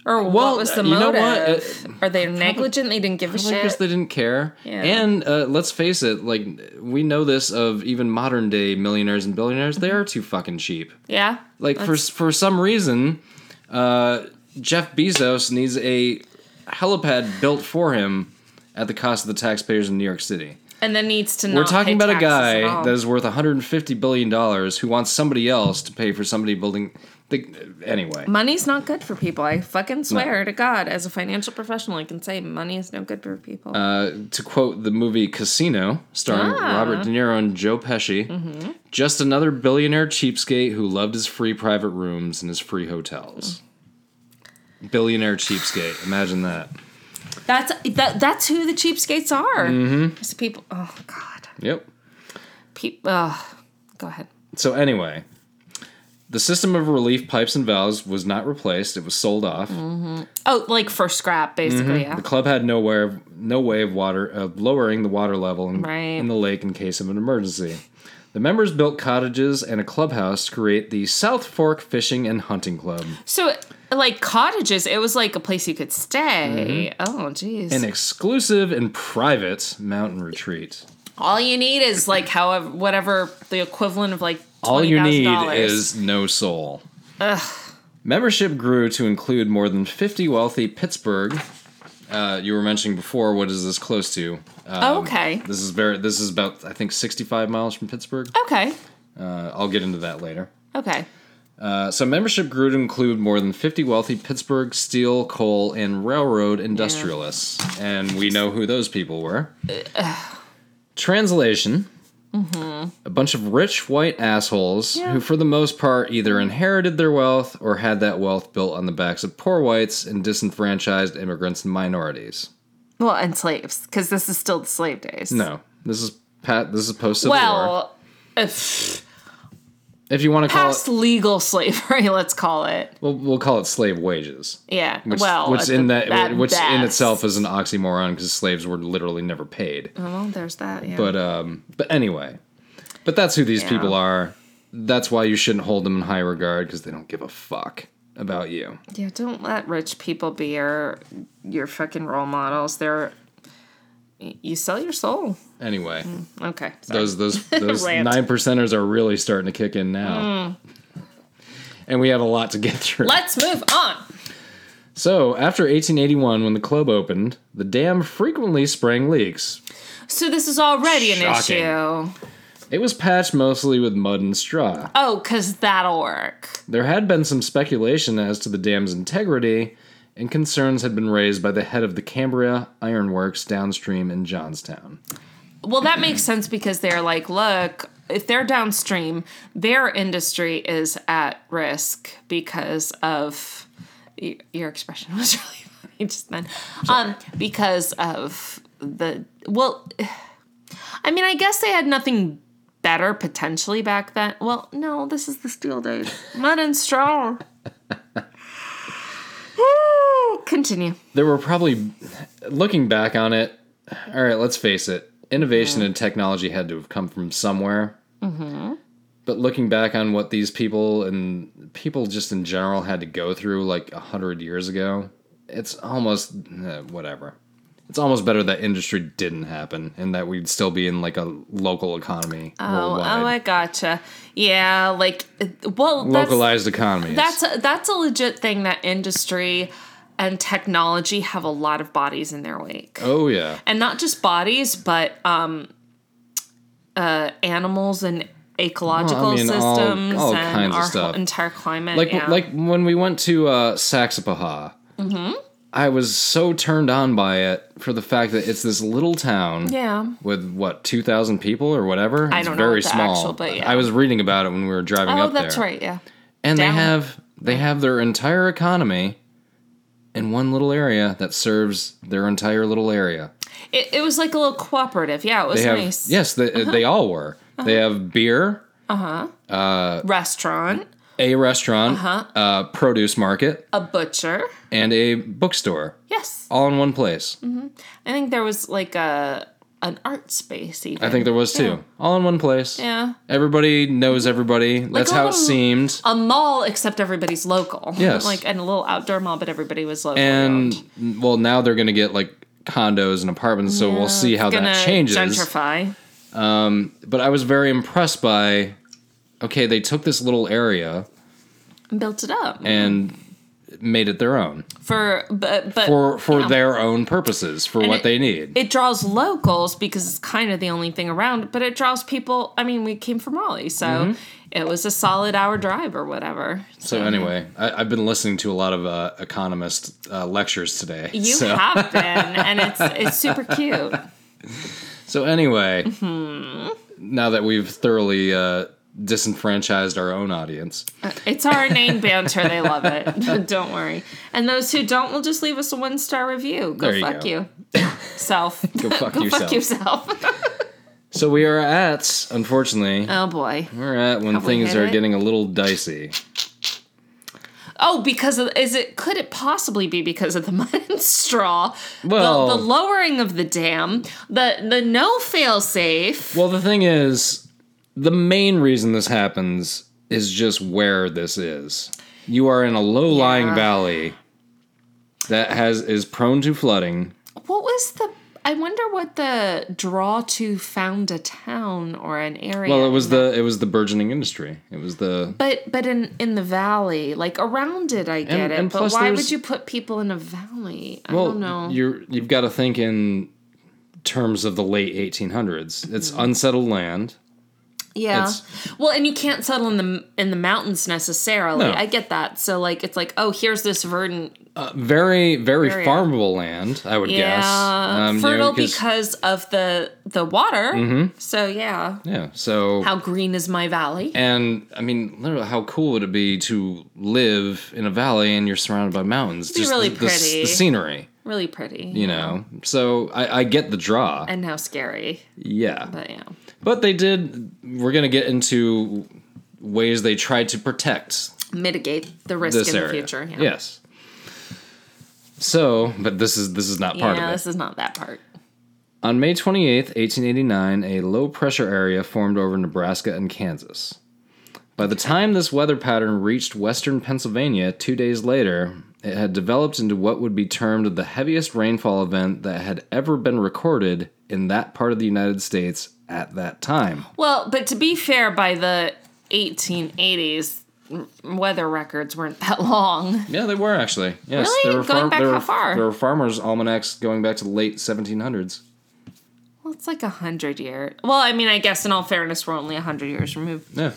Or Well, what was the you know motive? what? Uh, Are they negligent? They didn't give a shit. because they didn't care. Yeah. And uh, let's face it, like we know this of even modern day millionaires and billionaires, they are too fucking cheap. yeah. Like for for some reason, uh, Jeff Bezos needs a helipad built for him at the cost of the taxpayers in New York City. and then needs to. We're not talking pay about a taxes at guy all. that is worth 150 billion dollars who wants somebody else to pay for somebody building. The, anyway, Money's not good for people. I fucking swear to God, as a financial professional, I can say money is no good for people. uh, to quote the movie Casino, starring Ah. Mm-hmm. Robert De Niro and Joe Pesci, just another billionaire cheapskate who loved his free private rooms and his free hotels. Billionaire cheapskate. Imagine that. That's that. That's who the cheapskates are. Mm-hmm. It's people. Oh God. Yep. People. Oh, go ahead. So anyway, the system of relief pipes and valves was not replaced. It was sold off. Oh, like for scrap, basically. The club had no way of, no way of water of lowering the water level in, Right. in the lake in case of an emergency. The members built cottages and a clubhouse to create the South Fork Fishing and Hunting Club. Yeah. So, like cottages, it was like a place you could stay. Mm-hmm. Oh, jeez. An exclusive and private mountain retreat. All you need is like however, whatever the equivalent of like. All you need $20,000. is no soul. Membership grew to include more than 50 wealthy Pittsburgh. Uh, you were mentioning before, what is this close to? um, okay. This is very. This is about I think 65 miles from Pittsburgh. Okay. Uh, I'll get into that later. Okay. Uh, so membership grew to include more than 50 wealthy Pittsburgh steel, coal, and railroad industrialists, and we know who those people were. Translation. A bunch of rich white assholes who, for the most part, either inherited their wealth or had that wealth built on the backs of poor whites and disenfranchised immigrants and minorities. Well, and slaves, because this is still the slave days. No, this is pat. This is post Civil War. Well, if- If you want to call it past legal slavery, let's call it. We'll, we'll call it slave wages. Yeah. Which, well, uh, which at in the- that, at which in best. itself is an oxymoron because slaves were literally never paid. Oh, well, there's that. Yeah. But um, but anyway, but that's who these people are. That's why you shouldn't hold them in high regard because they don't give a fuck about you. Yeah, don't let rich people be your your fucking role models. They're you sell your soul. Anyway, Okay. sorry. those those those Mm. Rant. Mm. nine percenters are really starting to kick in now. And we have a lot to get through. Let's move on. so, after 1881, when the club opened, the dam frequently sprang leaks, So this is already an Shocking. issue. It was patched mostly with mud and straw. Oh, cuz that'll work. There had been some speculation as to the dam's integrity, and concerns had been raised by the head of the Cambria Ironworks downstream in Johnstown. Well, that makes sense because they're like, look, if they're downstream, their industry is at risk because of y- your expression was really funny just then. Um, because of the well, I mean, I guess they had nothing better potentially back then. Well, no, this is the steel days, mud and straw. Woo! Continue. There were probably, looking back on it, Mm-hmm. all right, let's face it, innovation and technology had to have come from somewhere. But looking back on what these people and people just in general had to go through like a hundred years ago, it's almost eh, whatever. It's almost better that industry didn't happen and that we'd still be in like a local economy Oh, worldwide. oh, I gotcha. Yeah, like well, that's, Localized economies. that's a, that's a legit thing that industry and technology have a lot of bodies in their wake, oh yeah. and not just bodies, but um, uh, animals and ecological Well, I mean, all- systems all and kinds of our stuff. whole entire climate. Like yeah. like when we went to uh, Saxapaha, Mm-hmm. I was so turned on by it for the fact that it's this little town. yeah. with what 2000 people or whatever I It's don't know very what the small actual, but yeah. i was reading about it when we were driving Oh, up there that's right. Yeah. and Down. they have they have their entire economy in one little area that serves their entire little area It, it was like a little cooperative. Yeah, it was they have nice. Uh-huh. yes they, they all were they have beer Restaurant, a restaurant Uh-huh. uh produce market a butcher. and a bookstore Yes. all in one place I think there was like a an art space even. i think there was two all in one place yeah. everybody knows everybody that's a how it little- seemed A mall except everybody's local. Yes. Like and a little outdoor mall, but everybody was local. and well now they're going to get like condos and apartments so we'll see how gonna that changes gentrify. but i was very impressed by okay they took this little area And built it up. and made it their own for but but for for their own purposes for what it- they need it draws locals because it's kind of the only thing around, but it draws people. I mean, we came from Raleigh, so Mm-hmm. it was a solid hour drive or whatever. so anyway I, i've been listening to a lot of uh, economist uh, lectures today You so, have been, and it's it's super cute. so anyway Mm-hmm. now that we've thoroughly uh, disenfranchised our own audience It's our name banter. They love it. don't worry. And those who don't will just leave us a one star review. Go There you fuck go. you. Self. go fuck yourself fuck yourself. so we are at unfortunately oh boy. We're at when we things hit are it? getting a little dicey. Oh, because of, is it? Could it possibly be because of the mud and straw? The- Well- the, lowering of the dam, the the no fail safe. Well, the thing is, the main reason this happens is just where this is. You are in a low-lying Yeah. valley that has is prone to flooding. What was the? I wonder what the draw to found a town or an area. Well, it was the it was the burgeoning industry. It was the But but in in the valley, like around it, I get And- it. and but plus why there's- would you put people in a valley? I well, don't know. you're you've got to think in terms of the late 1800s. It's Hmm. unsettled land. yeah. it's- Well, and you can't settle in the in the mountains necessarily. No. I get that. So like it's like oh here's this verdant Very, very Area. farmable land, I would guess. uh, Um, yeah you know, fertile 'cause- Mm-hmm. because of the the water. So yeah, yeah. So how green is my valley? And I mean, literally, how cool would it be to live in a valley and you're surrounded by mountains? be really the, the s- The, pretty. scenery, really pretty. you know. So I, I get the draw. And how scary. yeah, But yeah. but they did. We're gonna get into ways they tried to protect Mitigate the risk this in area. the future. Yeah. Yes. So, but this is this is not part Yeah, of it. this is not that part. On May 28, 1889, a low pressure area formed over Nebraska and Kansas. By the time this weather pattern reached western Pennsylvania two days later, it had developed into what would be termed the heaviest rainfall event that had ever been recorded in that part of the United States at that time. Well, but to be fair, by the 1880s, m- weather records weren't that long. Yeah, they were actually. Yes, Really? there were Going back there how were- far? There were farmers' almanacs going back to the late 1700s. Well, it's like a hundred year. Well, I mean, I guess in all fairness, we're only a hundred years removed. Yeah.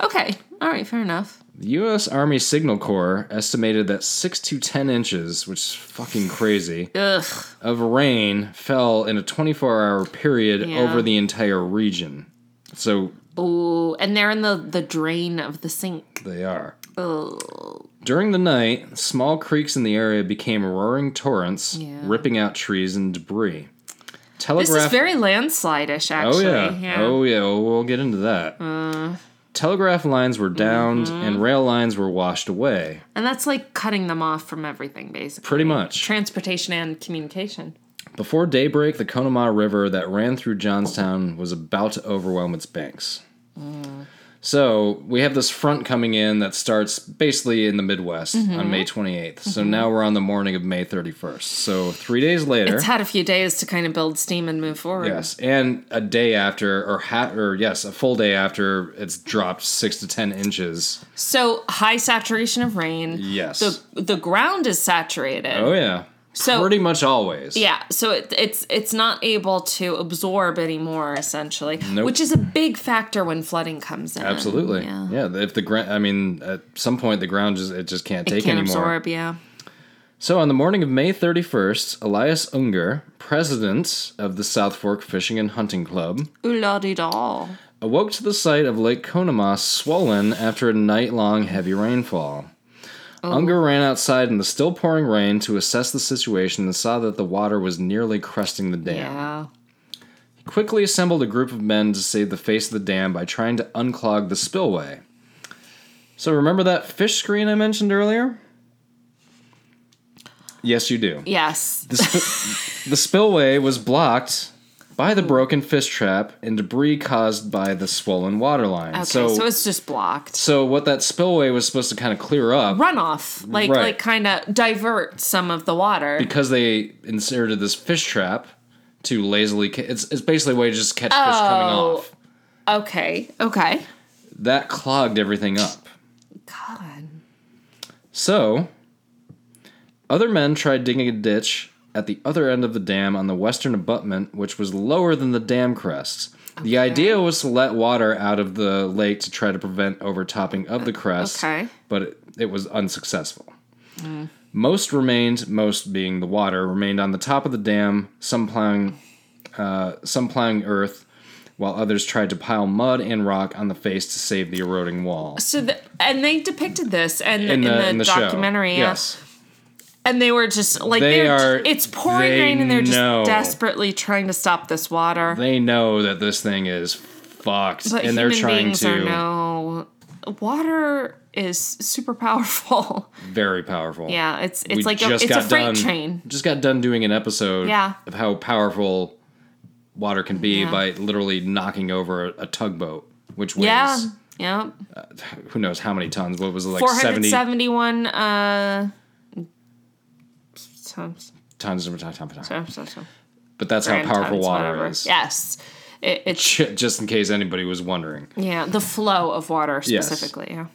Okay, all right, fair enough. The U.S. Army Signal Corps estimated that 6 to 10 inches, which is fucking crazy, Ugh. of rain fell in a 24 hour period Yeah. over the entire region. So Ooh, and they're in the the drain of the sink. they are. Ugh. During the night, small creeks in the area became roaring torrents, Yeah. ripping out trees and debris. This Telegraph. is very landslide-ish, oh, actually. Uh. yeah. Oh, yeah. Well, we'll get into that. Telegraph lines were downed Mm-hmm. and rail lines were washed away. And that's like cutting them off from everything, basically. Pretty much. Transportation and communication. Before daybreak, the Mm. Conemaugh River that ran through Johnstown was about to overwhelm its banks. So we have this front coming in that starts basically in the Midwest Mm-hmm. on May 28th. So now we're on the morning of May 31st. So three days later. It's had a few days to kind of build steam and move forward. Yes, and a day after, or ha- or yes, a full day after, it's dropped six to ten inches. So high saturation of rain. Yes. The the ground is saturated. oh yeah. So- pretty much always. Yeah, so it, it's it's not able to absorb anymore essentially, Nope. which is a big factor when flooding comes in. Absolutely. Yeah. Yeah. If the ground, I mean, at some point the ground just it just can't It take can't anymore. absorb, yeah. So on the morning of May 31st, Elias Unger, president of the South Fork Fishing and Hunting Club, Ooh la dee da. awoke to the sight of Lake Conemaugh swollen after a night long heavy rainfall. Unger ran outside in the still pouring rain to assess the situation and saw that the water was nearly cresting the dam. Yeah. He quickly assembled a group of men to save the face of the dam by trying to unclog the spillway. So remember that fish screen I mentioned earlier? Yes, you do. Yes. The, sp- the spillway was blocked by the broken fish trap and debris caused by the swollen water line. Okay, so, so, so, it's just blocked. what that spillway was supposed to kind of clear up Runoff, like Right. like kind of divert some of the water. because they inserted this fish trap to lazily. Ca- it's it's basically a way to just catch fish coming Oh. off. okay. Okay. That clogged everything up. God. So, other men tried digging a ditch at the other end of the dam on the western abutment, which was lower than the dam crest. The idea was to let water out of the lake to try to prevent overtopping of the crest, okay. Mm. but it, it was unsuccessful. Most remained, most being the water, remained on the top of the dam, some plowing, uh, some plowing earth, while others tried to pile mud and rock on the face to save the eroding wall. So the, and they depicted this and in, the, show. documentary. yeah. yes. And they were just like They they are are- it's pouring they rain and they're just know. desperately trying to stop this water. they know that this thing is fucked but and human they're trying beings are to no water is super powerful. very powerful yeah, it's it's We like a, it's a freight done, train. just got done doing an episode Yeah. of how powerful water can be Yeah. by literally knocking over a, a tugboat which weighs Yeah. Yeah. who knows how many tons what was it like 70 471 uh times, tons of time, time, time. times, times, times, but that's how grand powerful times, water whatever. is Yes. It, it's just in case anybody was wondering yeah, the flow of water specifically. Yeah.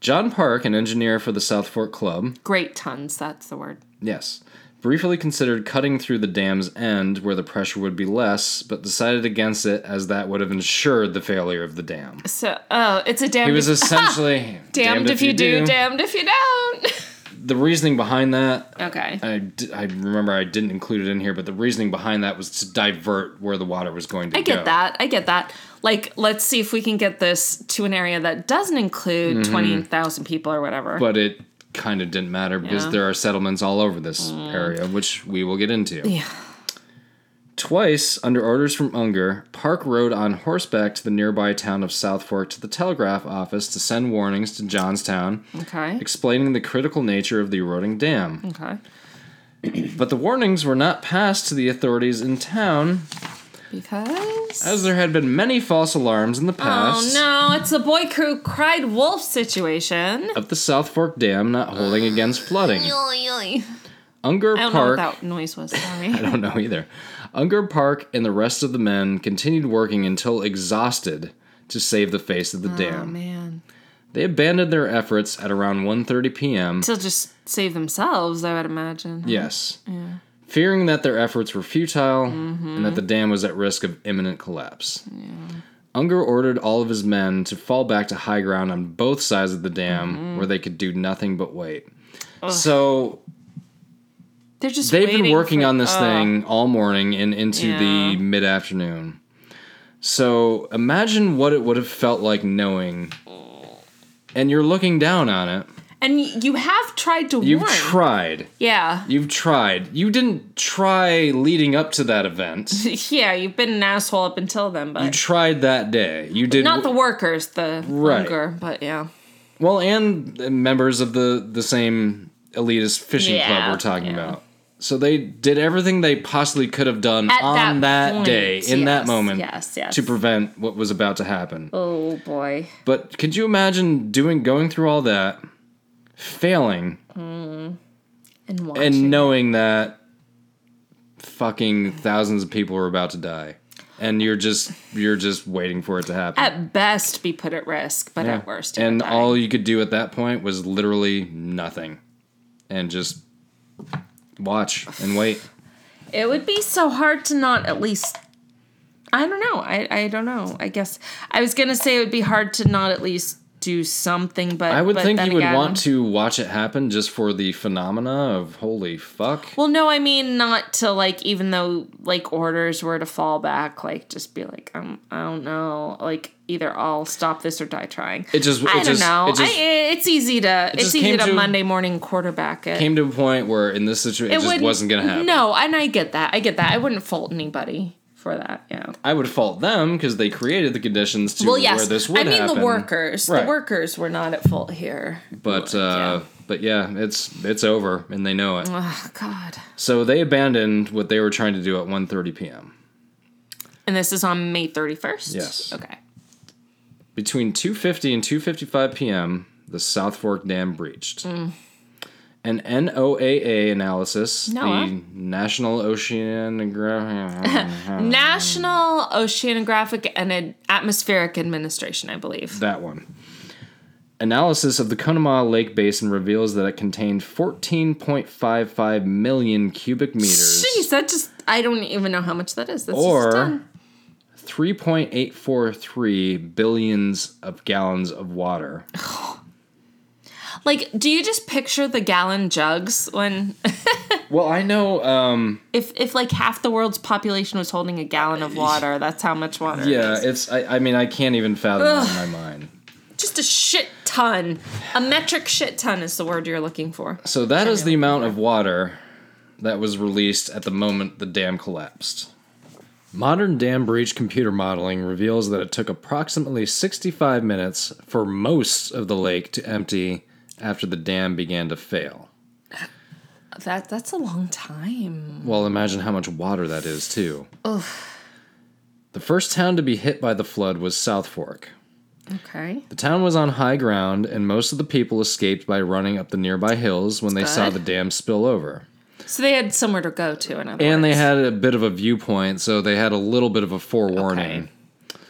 john park an engineer for the south fork club Great tons, that's the word. Yes. Briefly considered cutting through the dam's end where the pressure would be less, but decided against it as that would have ensured the failure of the dam. So, oh, it's a damn It was essentially damned, damned, if, you, do, damned if you don't. The reasoning behind that, okay. I, d- I remember I didn't include it in here, but the reasoning behind that was to divert where the water was going to I go. get that. I get that. Like, let's see if we can get this to an area that doesn't include 20,000 people or whatever. Mm-hmm. But it kind of didn't matter because Yeah. Mm. there are settlements all over this area, which we will get into. yeah. Twice, under orders from Unger, Park rode on horseback to the nearby town of South Fork to the telegraph office to send warnings to Johnstown, Okay. explaining the critical nature of the eroding dam. Okay. But the warnings were not passed to the authorities in town, Because. as there had been many false alarms in the Oh past no, it's the boy crew cried wolf situation. of the South Fork Dam not holding against flooding. I Unger don't know what Park. that noise was. Sorry. I don't know either. Unger Park and the rest of the men continued working until exhausted to save the face of the Oh dam. man. They abandoned their efforts at around 1:30 p.m. To just save themselves, I would imagine. yes. Fearing that their efforts were futile and that the dam was at risk of imminent collapse. Unger ordered all of his men to fall back to high ground on both sides of the dam where they could do nothing but wait. So They're just they've been waiting working for- on this Ugh. thing all morning and into the Yeah. mid afternoon. So imagine what it would have felt like knowing. And you're looking down on it. And y- you have tried to You've warn. tried. yeah. You've tried. You didn't try leading up to that event. Yeah, you've been an asshole up until then, You but tried that day. You did not the workers, the Right. hunger, but yeah. well, and members of the the same elitist fishing club Yeah, we're talking yeah. about. So they did everything they possibly could have done At on that, that point, day, in that yes, moment, yes, yes. to prevent what was about to happen. Oh boy. But could you imagine doing going through all that, failing, And watching. and knowing that fucking thousands of people were about to die, and you're just you're just waiting for it to happen. at best be put at risk, but Yeah. at worst. you And would die. all you could do at that point was literally nothing, and just watch and wait. It would be so hard to not at least. I don't know. I, I don't know. I guess I was gonna say it would be hard to not at least do something, but I would but think then you would again- want to watch it happen just for the phenomena of holy fuck. Well, no, I mean not to like, even though like orders were to fall back, like just be like, um, I don't know, like either I'll stop this or die trying. It just it I don't just, know. It just I, it's easy to just it's easy came to, to- Monday morning quarterback it. came to a point where in this situation it, just wouldn't- wasn't gonna happen. No, and I get that. I get that. I wouldn't fault anybody for that. Yeah. I would fault them because they created the conditions to Well, yes. where this would I mean, happen. the workers. Right. The workers were not at fault here. But uh, Yeah. but yeah, it's it's over and they know it. Oh God. So they abandoned what they were trying to do at 1:30 p.m. And this is on May thirty first. Yes. Okay. Between 2:50 and 2:55 p.m., the South Fork Dam breached. Mm. An NOAA analysis, the NOAA? National Oceanographic, National Oceanographic and Ad- Atmospheric Administration, I believe. that one. Analysis of the Conemaugh Lake Basin reveals that it contained 14.55 million cubic meters, Jeez, that just—I don't even know how much that is. That's Or- just done. 3.843 billions of gallons of water. like, do you just picture the gallon jugs when, Well, I know um if if like half the world's population was holding a gallon of water, that's how much water. it yeah, is. it's I, I mean I can't even fathom that in my mind. just a shit ton. A metric shit ton is the word you're looking for. So that is the amount of water that was released at the moment the dam collapsed. Modern dam breach computer modeling reveals that it took approximately 65 minutes for most of the lake to empty after the dam began to fail. That that's a long time. Well, imagine how much water that is, too. The first town to be hit by the flood was South Fork. Okay. The town was on high ground, and most of the people escaped by running up the nearby hills when they saw Good. the dam spill over. So they had somewhere to go to, in other And they words. had a bit of a viewpoint, so they had a little bit of a forewarning. Okay.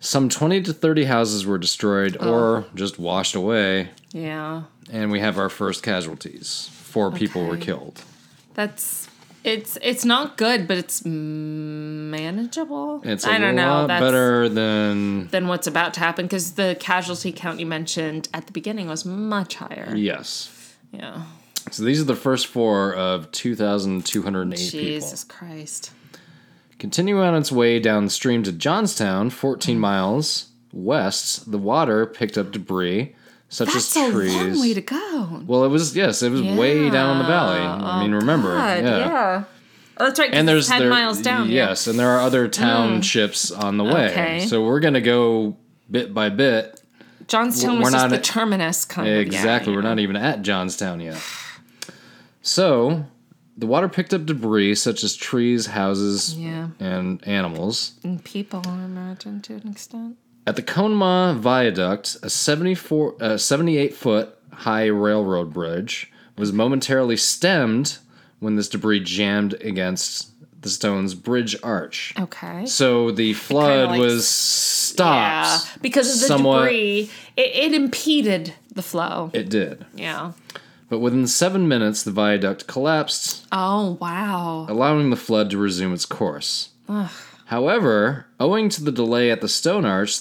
Some 20 to 30 houses were destroyed Oh. or just washed away, yeah. and we have our first casualties. Four people were Okay. killed. That's it's it's not good, but it's manageable. It's a I don't know. lot that's better than. than what's about to happen because the casualty count you mentioned at the beginning was much higher. Yes. Yeah. So these are the first four of 2,208 people. Jesus Christ. Continuing on its way downstream to Johnstown, Mm. 14 miles west, the water picked up debris such That's as a trees. long way to go. well, it was yes, it was way down in the valley. I mean, remember, Oh, God, yeah. Oh, that's right. And there's ten there- miles down. yeah. Mm. Yes, and there are other townships on the way. Okay. So we're gonna go bit by bit. Johnstown We're was not just the at- terminus kind of. yeah, Exactly. yeah. We're not even at Johnstown yet. So the water picked up debris such as trees, houses, Yeah. and animals. And people, I imagine, to an extent. At the Conemaugh Viaduct, a 74, uh, 78 foot high railroad bridge was momentarily stemmed when this debris jammed against the stone's bridge arch. Okay. So the flood like was s- stopped. Yeah, because of the somewhat- debris, it, it impeded the flow. It did. yeah. But within seven minutes, the viaduct collapsed, Oh wow. allowing the flood to resume its course. However, owing to the delay at the stone arch,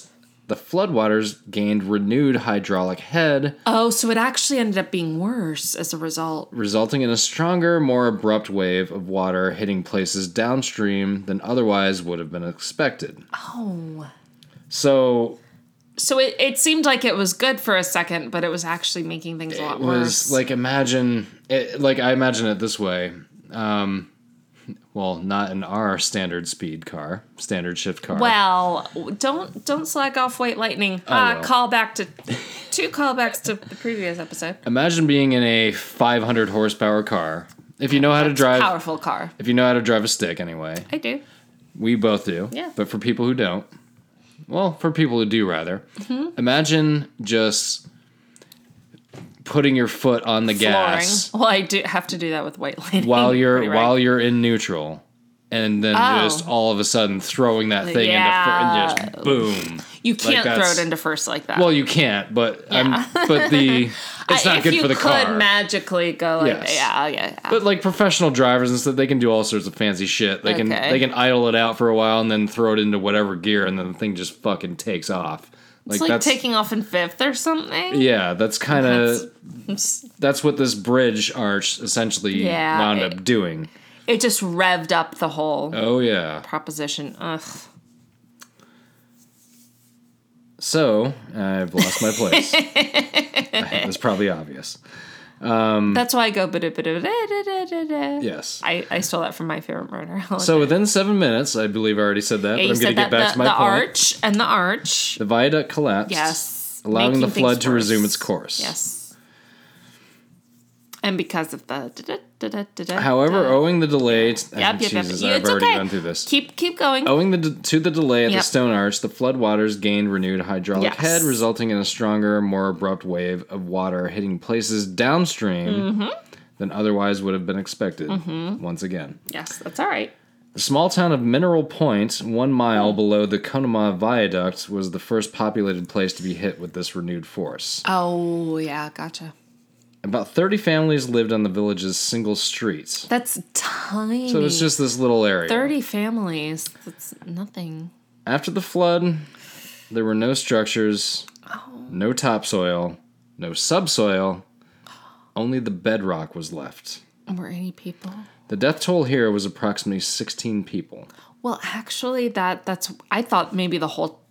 the floodwaters gained renewed hydraulic head. Oh, so it actually ended up being worse as a result. resulting in a stronger, more abrupt wave of water hitting places downstream than otherwise would have been expected. Mm. Oh. So So it, it seemed like it was good for a second, but it was actually making things a lot it was worse. like imagine it, like I imagine it this way. Um well, not in our standard speed car, standard shift car. well, don't don't slack off White Lightning. Ah, will. call back to two callbacks to the previous episode. Imagine being in a 500 horsepower car If you know how to drive, Powerful car. if you know how to drive a stick, anyway, I do. we both do. Yeah. But for people who don't, well, for people who do rather, Mm-hmm. imagine just putting your foot on the gas Flooring. Well, I do have to do that with white lighting. while you're Pretty right. while you're in neutral, and then Oh. just all of a sudden throwing that thing Yeah. into fir- and just boom. you can't throw that's- it into first like that. Well, you can't, but I'm, but the it's I- not if good you for the could car. magically go like Yes. yeah yeah. yeah. But like professional drivers and stuff, they can do all sorts of fancy shit. They can Okay. they can idle it out for a while and then throw it into whatever gear, and then the thing just fucking takes off. Like, it's like that's taking off in fifth or something. yeah, that's kind of It's- that's what this bridge arch essentially Yeah, wound it- up doing. It just revved up the whole Oh yeah. proposition. Ugh. So I've lost my place. that's probably obvious. Mm. That's why I go. "Ba-da-ba-da-ba-da-da-da-da." Yes. I, I stole that from my favorite murder. I'll So within seven minutes, I believe I already said that, Yeah, but you I'm going to said that get back the, to my the point. arch and the arch. The viaduct collapsed. Yes. Allowing Making the flood things to resume worse. its course. Yes. And because of the. da-da-da-da-da-da. However, owing the delay, Yep, to, yep, yep. Jesus, You- I've it's already okay. gone through this. Oh. Keep keep going. owing the to the delay at the Yep. Stone Arch, the floodwaters gained renewed hydraulic Yes. head, resulting in a stronger, more abrupt wave of water hitting places downstream Mm-hmm. than otherwise would have been expected. Once again, Yes, that's all right. the small town of Mineral Point, one mile Mm. below the Conemaugh Viaduct, was the first populated place to be hit with this renewed force. Oh yeah, gotcha. About thirty families lived on the village's single street, so That's tiny. it was just this little area. thirty families. That's nothing. After the flood, there were no structures, Oh. no topsoil, no subsoil, only the bedrock was left. Were any people? The death toll here was approximately 16 people. Well, actually, that that's. I thought maybe the whole.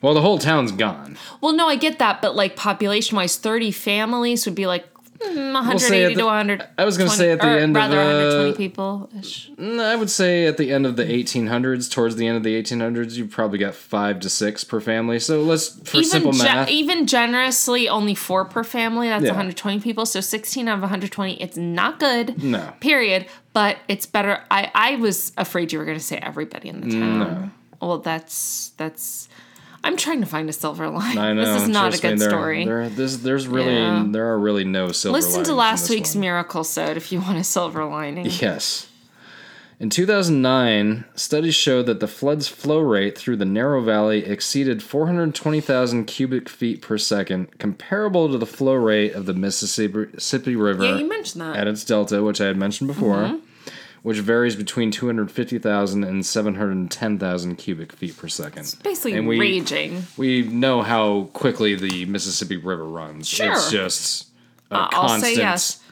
Well, the whole town's gone. Well, no, I get that, but like population wise, thirty families would be like mm, one hundred say at eighty the- to one hundred. I was gonna say at the end of, rather one hundred twenty uh, people. Mm, I would say at the end of the 1800s, towards the end of the 1800s, you probably got five to six per family. So let's, for simple Even ge- math, even generously, only four per family. That's Yeah. one hundred twenty people. So sixteen out of one hundred twenty. It's not good. no. period but it's better i i was afraid you were going to say everybody in the town well that's that's i'm trying to find a silver line I know. this is not a trust me, good there- story There, this, there's really, Yeah. there are really no silver listen to linings in last this week's one. miracle sode if you want a silver lining Yes. In 2009, studies showed that the flood's flow rate through the narrow valley exceeded 420,000 cubic feet per second, comparable to the flow rate of the Mississippi Mississippi River yeah you Mm-hmm. mentioned that at its delta, which I had mentioned before, which varies between 250,000 and 710,000 cubic feet per second. basically and we- raging We know how quickly the Mississippi River runs. Sure. Uh, It's just a constant. i'll say yes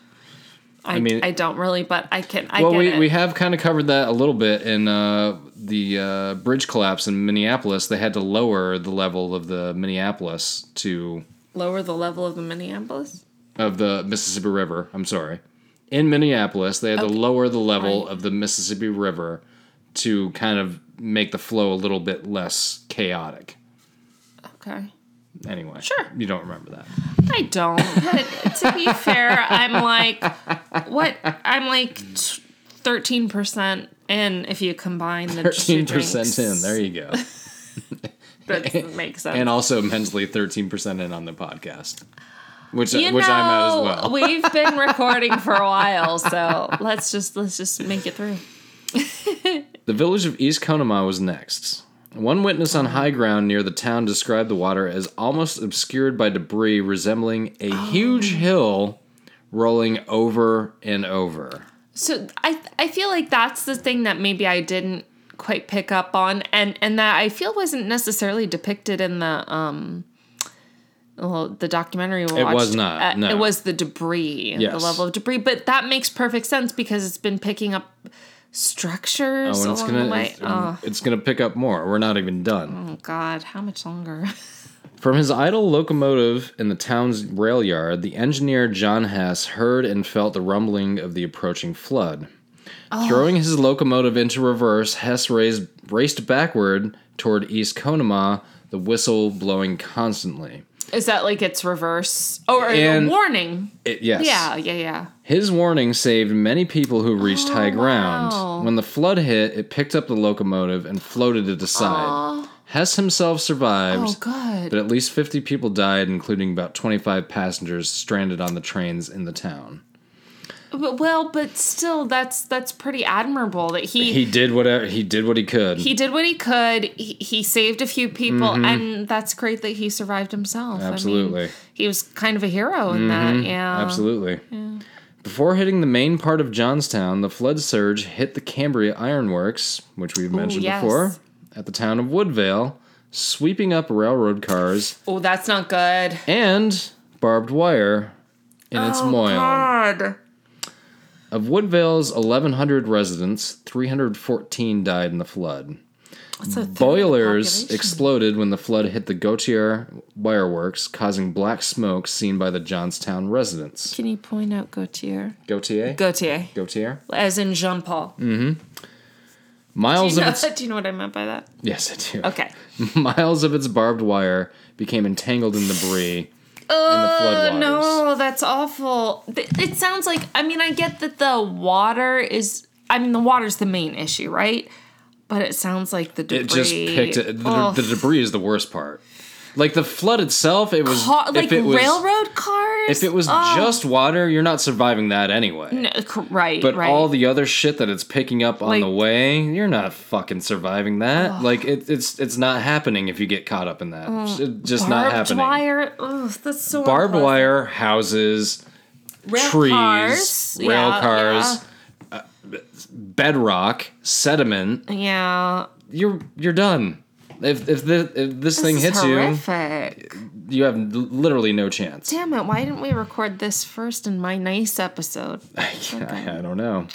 I, I mean- mean i don't really but i can i Well, get we, it we have kind of covered that a little bit in uh, the uh, bridge collapse in Minneapolis. They had to lower the level of the Minneapolis to lower the level of the minneapolis of the Mississippi River. I'm sorry, in Minneapolis they had to lower the level of the Mississippi River to kind of make the flow a little bit less chaotic. okay Anyway, Sure. you don't remember that. I don't. But to be fair, I'm like, what? I'm like thirteen percent in if you combine the Thirteen percent in. There you go. That makes sense. and also mentally thirteen percent in on the podcast, which you which know, I'm at as well. we've been recording for a while, so let's just let's just make it through. The village of East Conemaugh was next. One witness on high ground near the town described the water as almost obscured by debris resembling a huge hill rolling over and over. So I I feel like that's the thing that maybe I didn't quite pick up on, and and that I feel wasn't necessarily depicted in the um. Well, the documentary we It watched, was not, uh, no. It was the debris, the Yes. level of debris, but that makes perfect sense because it's been picking up structures Oh, and along it's the gonna way. it's, Oh, it's gonna pick up more. We're not even done. God, how much longer? From his idle locomotive in the town's rail yard, the engineer John Hess heard and felt the rumbling of the approaching flood. Oh. Throwing his locomotive into reverse, Hess raised, raced backward toward East Conemaugh, the whistle blowing constantly. Is that like its reverse or And- a warning? It, yes. Yeah, yeah, yeah. His warning saved many people who reached high ground. wow. When the flood hit, it picked up the locomotive and floated it aside. Hess himself Oh, survived, good. but at least 50 people died, including about 25 passengers stranded on the trains in the town. But, well, but still, that's that's pretty admirable that he He did whatever he did what he could. he did what he could. He, he saved a few people, and that's great that he survived himself. I mean, Mm-hmm. Absolutely. Mm-hmm. he was kind of a hero in that. uh, Yeah, Absolutely. Before hitting the main part of Johnstown, the flood surge hit the Cambria Ironworks, which we've mentioned yes. before, at the town of Woodvale, sweeping up railroad cars Oh, that's not good. and barbed wire in its moil. Oh, God. Of Woodvale's 1,100 residents, 314 died in the flood. That's a third of the Boilers population. exploded when the flood hit the Gautier wireworks, causing black smoke seen by the Johnstown residents. Can you point out Gautier? Gautier? Gautier, Gautier? as in Jean Paul. Mm. Do, Miles you of know, its do you know what I meant by that? yes, I do. Okay. Miles of its barbed wire became entangled in debris. Oh floodwaters. no, that's awful. Th- It sounds like I mean I get that the water is I mean the water's the main issue, right? But it sounds like the debris. Oh. It just picked it. The, Ugh. the debris is the worst part. Like the flood itself, it was Ca- like if it was, railroad cars. If it was Oh, just water, you're not surviving that anyway. no, c- right, But right. all the other shit that it's picking up on Like- the way, you're not fucking surviving that. Like it, it's it's not happening if you get caught up in that. It's just not Mm. barbed happening. wire. Ugh, that's so Barbed unpleasant. wire, houses, Rail trees, cars. rail Yeah, cars, uh, bedrock, sediment. Yeah. yeah. You're you're done. If if, the, if this, thing This is hits horrific. you, you have l- literally no chance. Damn it! Why didn't we record this first in my nice episode? I, I don't know.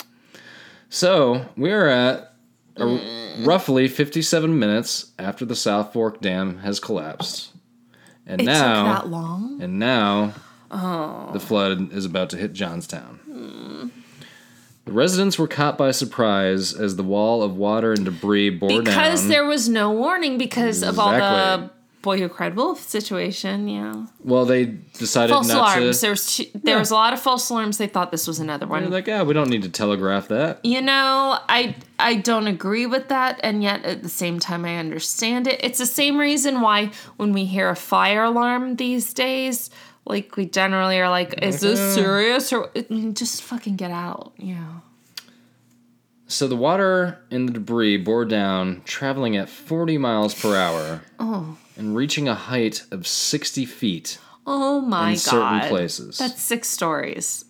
So we're at a- roughly 57 minutes after the South Fork Dam has collapsed, and It now took that Oh. long. and now the flood is about to hit Johnstown. The residents were caught by surprise as the wall of water and debris bore because down. there was no warning because of all Exactly. the boy who cried wolf situation yeah well, they decided false not alarms to. there was ch- there was a lot of false alarms they thought this was another They're one like, yeah, we don't need to telegraph that. you know i i don't agree with that and yet at the same time i understand it it's the same reason why when we hear a fire alarm these days like we generally are like is this Mm-hmm. serious or Mm, just fucking get out yeah So the water and the debris bore down, traveling at 40 miles per hour oh and reaching a height of 60 feet. oh my In god certain places. that's six stories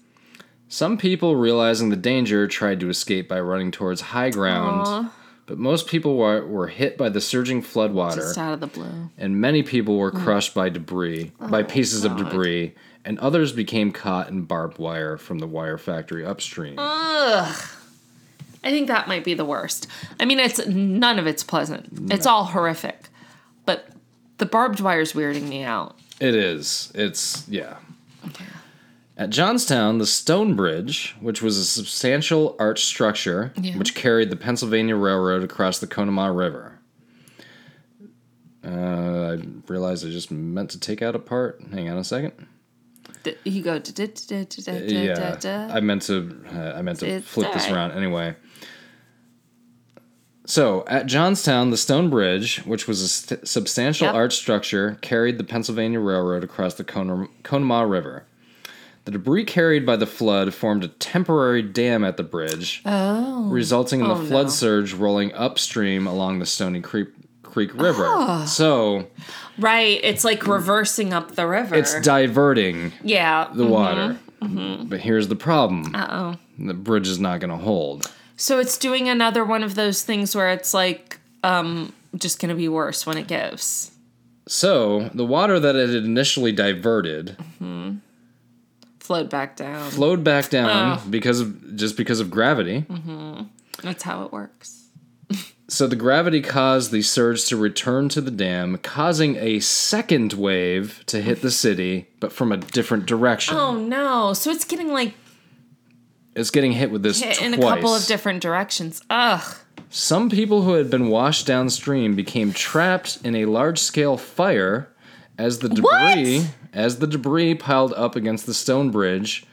Some people, realizing the danger, tried to escape by running towards high ground, Aw. but most people were, were hit by the surging just floodwater, out of the blue and many people were crushed by debris, by Oh, pieces of debris, and others became caught in barbed wire from the wire factory upstream. Ugh. I think that might be the worst. I mean, it's none of it's pleasant. It's all horrific. But the barbed wire's weirding me out. It is. It's yeah. At Johnstown, the Stone Bridge, which was a substantial arch structure Yeah. which carried the Pennsylvania Railroad across the Conemaugh River. Uh, I realized I just meant to take out a part. Hang on a second. D- You go. da- da- da- da- da- da- da- yeah, da. I meant to. Uh, I meant to It's flip this alright. around anyway. So at Johnstown, the Stone Bridge, which was a st- substantial Yep. arch structure, carried the Pennsylvania Railroad across the Con- Conemaugh River. The debris carried by the flood formed a temporary dam at the bridge, Oh. resulting in the Oh, flood no. surge rolling upstream along the Stony Creek Creek River. Ah. So Right. It's like reversing up the river. it's diverting yeah. the water. Mm-hmm. But here's the problem: Uh oh. the bridge is not going to hold. So it's doing another one of those things where it's like, um, just gonna be worse when it gives. So the water that it had initially diverted Float back down. flowed back down Oh. because of just because of gravity. That's how it works. So the gravity caused the surge to return to the dam, causing a second wave to hit the city, but from a different direction. Oh no. So it's getting like It's getting hit with this hit twice. in a couple of different directions. Ugh. Some people who had been washed downstream became trapped in a large-scale fire As the What? debris, as the debris piled up against the stone bridge,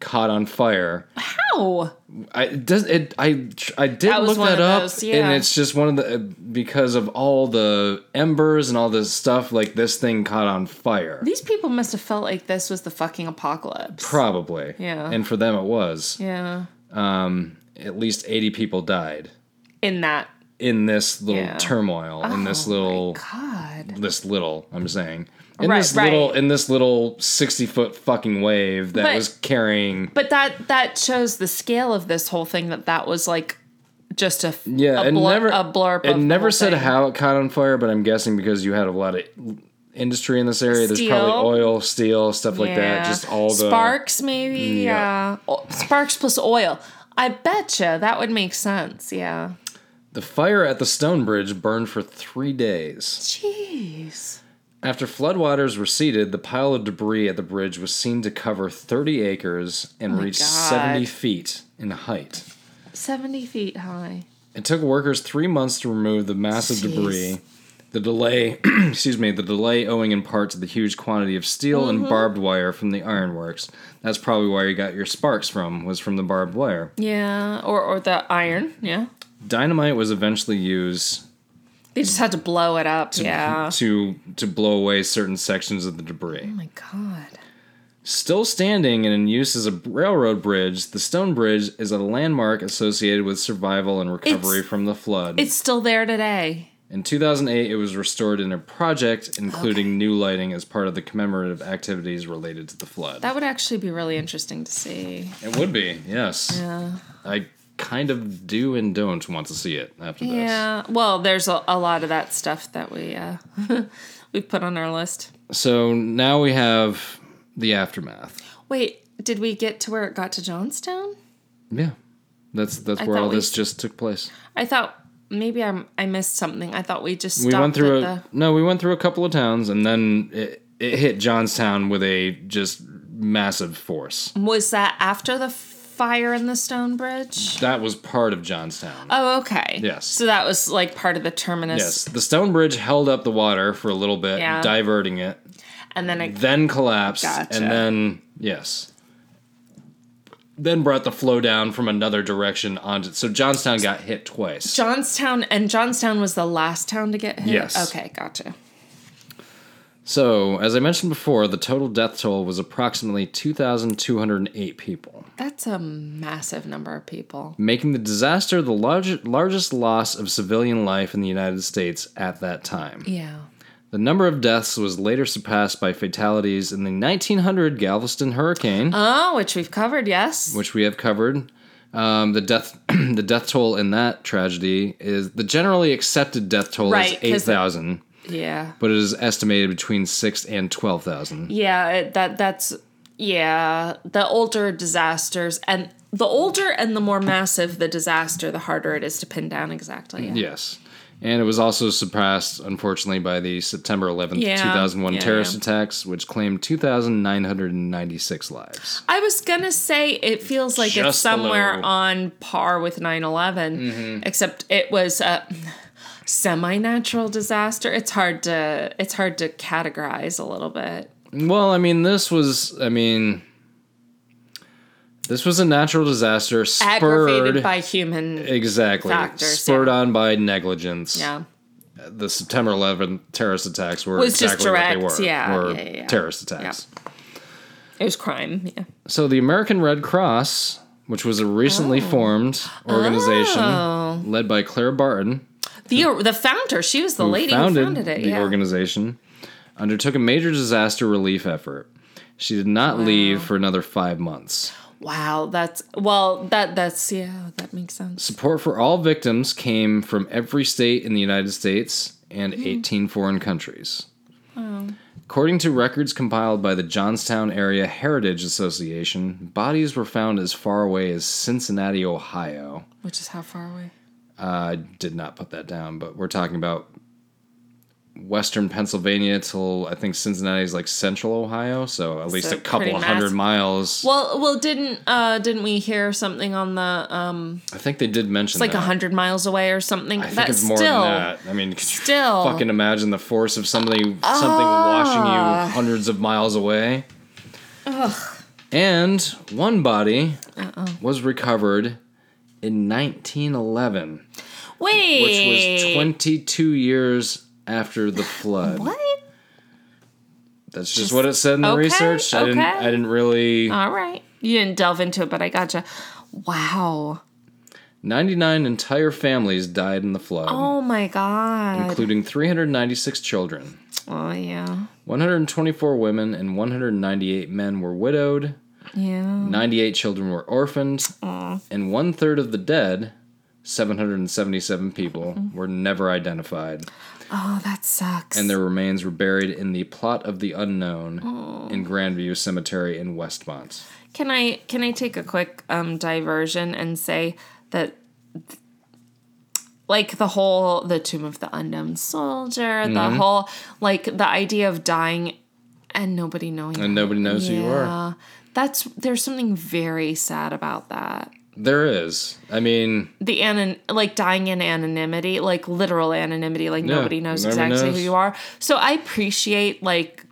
caught on fire. How? I it does it. I tr- I did That was look one that of up, those, and yeah. it's just one of the uh, because of all the embers and all this stuff. Like this thing caught on fire, These people must have felt like this was the fucking apocalypse. probably. Yeah. and for them it was. yeah. Um, at least eighty people died In that. in this little Yeah. Oh turmoil, in this little, God. this little. I'm saying. In Right, this right. little, in this little sixty-foot fucking wave that But- was carrying, But that that shows the scale of this whole thing. That that was like just a yeah, a, it blur- never, a blurb. It of the never whole said thing. how it caught on fire, but I'm guessing because you had a lot of industry in this area. There's Steel. probably oil, steel, stuff like that. Yeah. Just all the Mm, sparks, maybe. Yeah, O- sparks plus oil. I betcha that would make sense. Yeah. the fire at the stone bridge burned for three days. Jeez. After floodwaters receded, the pile of debris at the bridge was seen to cover 30 acres and reached Oh God. 70 feet in height. Seventy feet high. It took workers three months to remove the massive Jeez. debris. The delay, excuse me, the delay owing in part to the huge quantity of steel and Mm-hmm. barbed wire from the ironworks. That's probably where you got your sparks from, was from the barbed wire. Yeah, or or the iron. Yeah. Dynamite was eventually used They just had to blow it up. yeah. to to blow away certain sections of the debris. Oh my god. Still standing and in use as a railroad bridge, the stone bridge is a landmark associated with survival and recovery It's- from the flood. It's still there today. In 2008, it was restored in a project including new lighting as part of the commemorative activities related to the flood. That would actually be really interesting to see. it would be, yes. Yeah. I kind of do and don't want to see it after Yeah. Well, there's a, a lot of that stuff that we uh we put on our list. this. So now we have the aftermath. Wait, did we get to where it got to Johnstown? Yeah. That's that's I where all thought we- this just took place. I thought maybe I I missed something. I thought we just We stopped went through a at the no, we went through a couple of towns and then it, it hit Johnstown with a just massive force. Was that after the fire in the stone bridge? That was part of Johnstown. Oh, okay. Yes. So that was like part of the terminus Yes, the stone bridge held up the water for a little bit, Yeah. diverting it, and then it then collapsed, Gotcha. and then yes, then brought the flow down from another direction onto. So Johnstown got hit twice. Johnstown and Johnstown was the last town to get hit. Yes. Okay, gotcha. so as I mentioned before, the total death toll was approximately two thousand two hundred and eight people, That's a massive number of people. making the disaster the large, largest loss of civilian life in the United States at that time. Yeah. The number of deaths was later surpassed by fatalities in the nineteen hundred Galveston hurricane. Oh, which we've covered, yes. which we have covered. Um, the death the death toll in that tragedy is the generally accepted death toll is Right, 'cause- eight thousand, Yeah. but it is estimated between six and twelve thousand. Yeah, it, that that's yeah, the older disasters and the older and the more massive the disaster, the harder it is to pin down exactly. Yeah. Yes, and it was also surpassed, unfortunately, by the September eleventh, Yeah, two thousand one yeah, terrorist yeah. attacks, which claimed two thousand nine hundred and ninety six lives. I was going to say it feels like it's Just Mm-hmm. below. somewhere on par with 9 11, except it was a semi natural disaster. It's hard to it's hard to categorize a little bit. Well, I mean, this was, I mean. This was a natural disaster spurred Aggravated by human. exactly factors, spurred yeah. on by negligence. Yeah. the September 11th terrorist attacks were Was just exactly what direct, they were. yeah, were yeah, yeah, yeah. terrorist attacks. It was crime. Yeah. So the American Red Cross, which was a recently Oh. formed organization led by Claire Barton, The the founder, she was the lady founded, who founded it. the Yeah. organization, undertook a major disaster relief effort. She did not leave for another five months. wow, that's well, that that's yeah, that makes sense. Support for all victims came from every state in the United States and Hmm. 18 foreign countries. Oh. According to records compiled by the Johnstown Area Heritage Association, bodies were found as far away as Cincinnati, Ohio. Which is how far away? Uh, I did not put that down, but we're talking about western Pennsylvania till I think Cincinnati's like central Ohio, so at least So a couple pretty of mass- hundred miles. Well, well, didn't uh didn't we hear something on the um I think they did mention it's like that. a hundred miles away or something? I think That's it's more still than that. I mean, could you still- fucking imagine the force of somebody something washing Ah. you hundreds of miles away. And one body was recovered in 1911, wait, which was 22 years after the flood. What? That's just, what it said in the okay, research. I didn't okay. I didn't really All right, you didn't delve into it, but I gotcha. Wow. 99 entire families died in the flood, Oh my god. including 396 children. Oh yeah. 124 women and 198 men were widowed, Yeah. 98 children were orphaned, and one third of the dead, 777 people, Mm-hmm. were never identified, Oh, that sucks. and their remains were buried in the Plot of the Unknown in Grandview Cemetery in Westmont. Can I can I take a quick um, diversion and say that like the whole the tomb of the unknown soldier, Mm-hmm. the whole like the idea of dying and nobody knowing And nobody knows who you are. Yeah. That's there's something very sad about that. There is. I mean, The anon like dying in anonymity, like literal anonymity, like nobody knows nobody exactly knows. who you are. So I appreciate like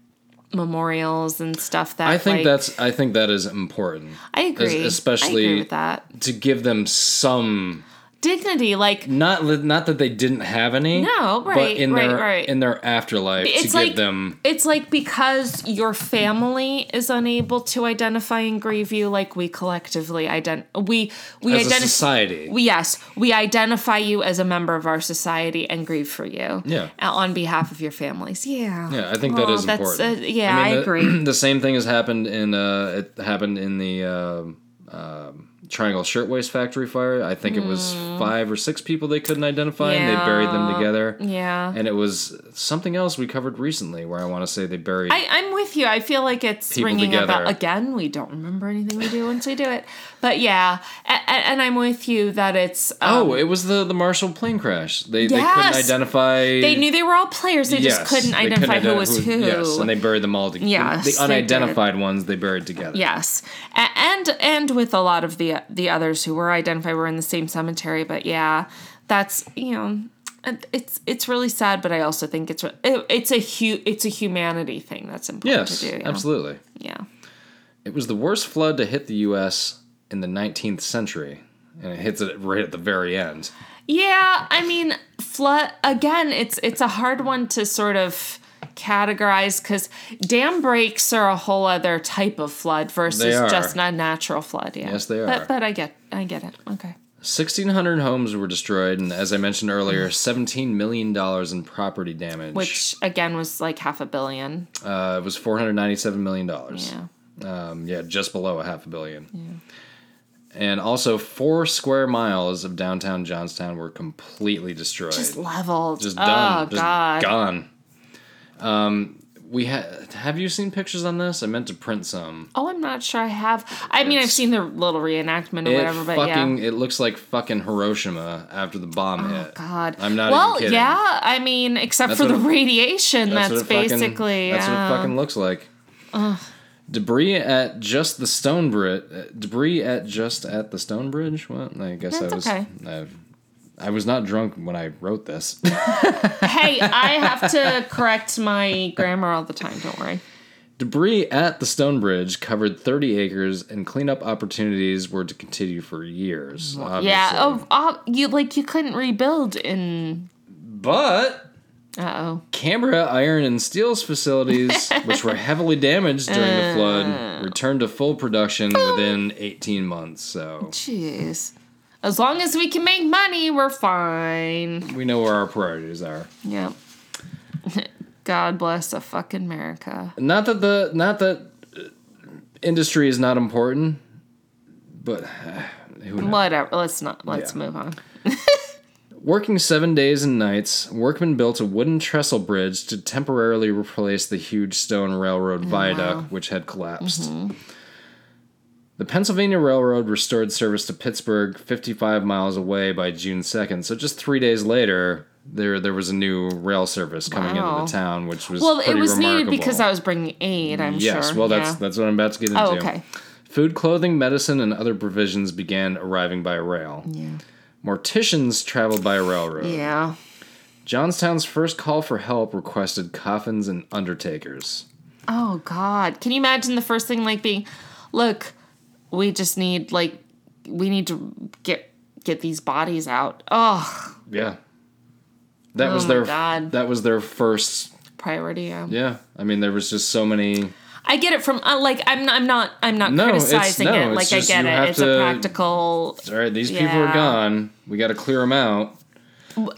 memorials and stuff that I think like, that's. I think that is important I agree, especially- I agree with that. to give them some. dignity like Not li- not that they didn't have any. No, right, in right, their right. in their afterlife to it's give like them it's like because your family is unable to identify and grieve you like we collectively ident we we as a identify society. we, yes, we identify you as a member of our society and grieve for you. Yeah. uh, On behalf of your families. Yeah. yeah, I think that Aw, is that's, important. uh, yeah, I the- agree. The same thing has happened in uh, it happened in the um um Triangle Shirtwaist Factory fire. I think it was five or six people they couldn't identify, and they buried them Mm. Yeah. together. Yeah. And it was something else we covered recently, where I want to say they buried. I, I'm with you. I feel like it's People ringing a together. bell again. We don't remember anything we do once we do it, but yeah, and, and I'm with you that it's um, oh, it was the the Marshall plane crash. They they couldn't Yes! identify. They knew they were all players. They just couldn't they identify who identi- was who. Yes, and they buried them all together. Yes, they the did. unidentified ones they buried together. yes, A- and and with a lot of the the others who were identified were in the same cemetery. But yeah, that's you know, it- it's it's really sad. But I also think it's re- it, it's a hu- it's a humanity thing that's important Yes, to do. yeah. absolutely. Yeah. It was the worst flood to hit the U.S. in the 19th century, and it hits it right at the very end. Yeah, I mean, flood again. It's it's a hard one to sort of categorize because dam breaks are a whole other type of flood They versus are. just a natural flood. Yeah, Yes, they are. But, but I get, I get it. Okay. 1,600 homes were destroyed, and as I mentioned earlier, 17 million dollars in property damage, Which again was like half a billion. uh, was 497 million dollars. Yeah. Um, yeah, just below a half a billion. And also, four square miles of downtown Johnstown were completely destroyed. Just leveled. just oh done, just god. gone. Um, we ha- have you seen pictures on this? I meant to print some. Oh, I'm not sure I have. I mean, I've It's- seen the little reenactment or It whatever, but yeah. Oh, fucking it looks like fucking Hiroshima after the bomb hit. God. I'm not Well, even kidding. yeah. I mean, except That's for the what it- radiation. That's, what it fucking- basically. that's yeah. what it fucking looks like. Debris at just the stone bridge. Debris at just at the stone bridge. What? I guess That's I was. okay. I, I was not drunk when I wrote this. hey, I have to correct my grammar all the time. Don't worry. Debris at the Stone Bridge covered 30 acres, and cleanup opportunities were to continue for years. Obviously. Yeah. Oh, oh, you like you couldn't rebuild in. But Uh oh. Canberra Iron and Steel's facilities, which were heavily damaged during the flood, returned to full production within 18 months. So Jeez. As long as we can make money, we're fine. we know where our priorities are. Yep. God bless a fucking America. Not that the not that uh, industry is not important, but who knows? Whatever. Let's not. Let's Yeah. move on. Working seven days and nights, workmen built a wooden trestle bridge to temporarily replace the huge stone railroad Mm, viaduct, which had collapsed. Mm-hmm. The Pennsylvania Railroad restored service to Pittsburgh, 55 miles away, by June 2nd. So just three days later, there there was a new rail service coming Wow. into the town, which was Well, it pretty was remarkable. needed because I was bringing aid. I'm yes. sure. Well, that's yeah. that's what I'm about to get into. Oh, okay. Food, clothing, medicine, and other provisions began arriving by rail. Yeah. Morticians traveled by railroad. Yeah. Johnstown's first call for help requested coffins and undertakers. Oh God! Can you imagine the first thing like being, look, we just need like we need to get get these bodies out. Oh, Yeah. That Oh was my their God. that was their first priority. Yeah. yeah. I mean there was just so many I get it from uh, like I'm not, I'm not I'm not No, it's- criticizing no, it. it's Like just I get you have it. It's to- a practical. all right, these people are Yeah. gone. We got to clear them out.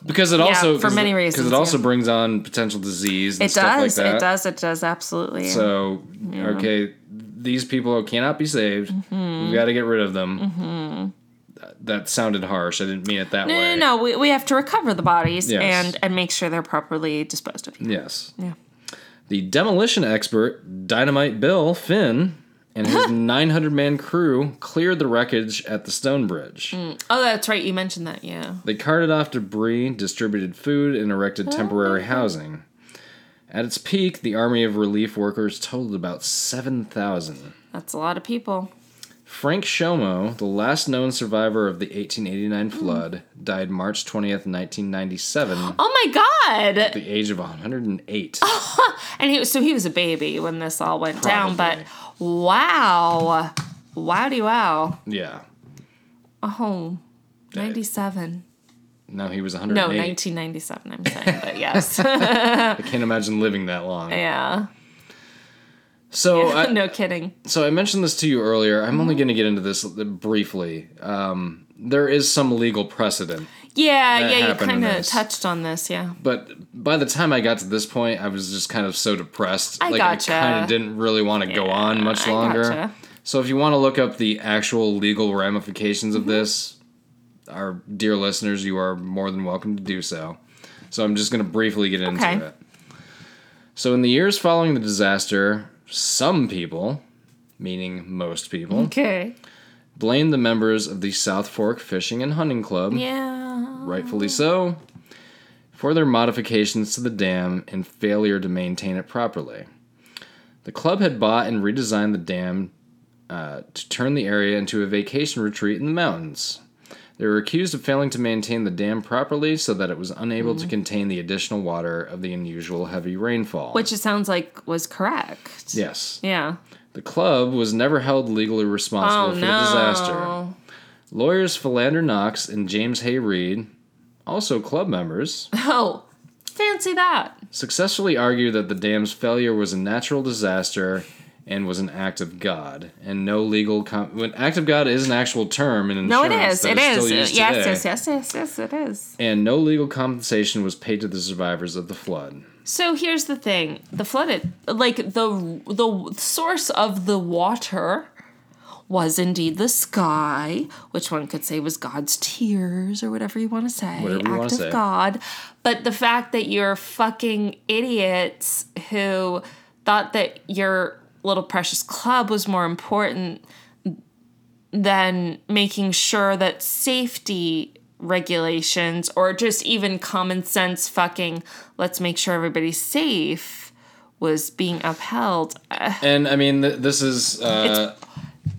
Because it also for many because reasons, it also yeah. brings on potential disease and It stuff does. like that. it does. It does. Absolutely. So okay, these people cannot be saved. Mm-hmm. We got to get rid of them. Th- That sounded harsh. I didn't mean it that no, way. no, no. We, we have to recover the bodies Yes. Mm. and and make sure they're properly disposed of. Yes. Yeah. The demolition expert, Dynamite Bill Finn, and his 900 man crew cleared the wreckage at the stone bridge. Oh, that's right. You mentioned that. Yeah. They carted off debris, distributed food, and erected Oh. temporary housing. At its peak, the army of relief workers totaled about 7,000. That's a lot of people. Frank Shomo, the last known survivor of the Hmm. 1889 flood, died March 20th, 1997, Oh my God. the age of 108. Oh. And he was so he was a baby when this all went down, but Probably. wow. Wowdy wow. Yeah. Oh. 97. No, he was 108. No, 1997, I'm saying, but yes. I can't imagine living that long. yeah. So, I, no kidding. so I mentioned this to you earlier. I'm Mm-hmm. only going to get into this briefly. Um, there is some legal precedent, Yeah, That yeah, you happened in kind of this. touched on this, yeah. but by the time I got to this point, I was just kind of so depressed. I like gotcha. I kind of didn't really want to go on much I longer. gotcha. So if you want to look up the actual legal ramifications Mm-hmm. of this, our dear listeners, you are more than welcome to do so. So I'm just going to briefly get into Okay. it. So in the years following the disaster, some people, meaning most people, Okay. blamed the members of the South Fork Fishing and Hunting Club, Yeah. rightfully so, for their modifications to the dam and failure to maintain it properly. The club had bought and redesigned the dam uh, to turn the area into a vacation retreat in the mountains. They were accused of failing to maintain the dam properly so that it was unable Mm-hmm. to contain the additional water of the unusual heavy rainfall. Which it sounds like was correct. yes. Yeah. The club was never held legally responsible Oh no. for the disaster. Lawyers Philander Knox and James Hay Reed, also club members, Oh. Fancy that. successfully argue that the dam's failure was a natural disaster and was an act of God, and no legal. Com- when act of God is an actual term in No, insurance, it is. that It is. is still Yes, used today, yes, yes, yes, yes, it is. And no legal compensation was paid to the survivors of the flood. So here's the thing: the flooded, like the the source of the water, was indeed the sky, which one could say was God's tears or whatever you want to say, Whatever you wanna act of say. God. But the fact that you're fucking idiots who thought that your little precious club was more important than making sure that safety regulations or just even common sense fucking let's make sure everybody's safe was being upheld. Uh, And I mean, th- this is uh,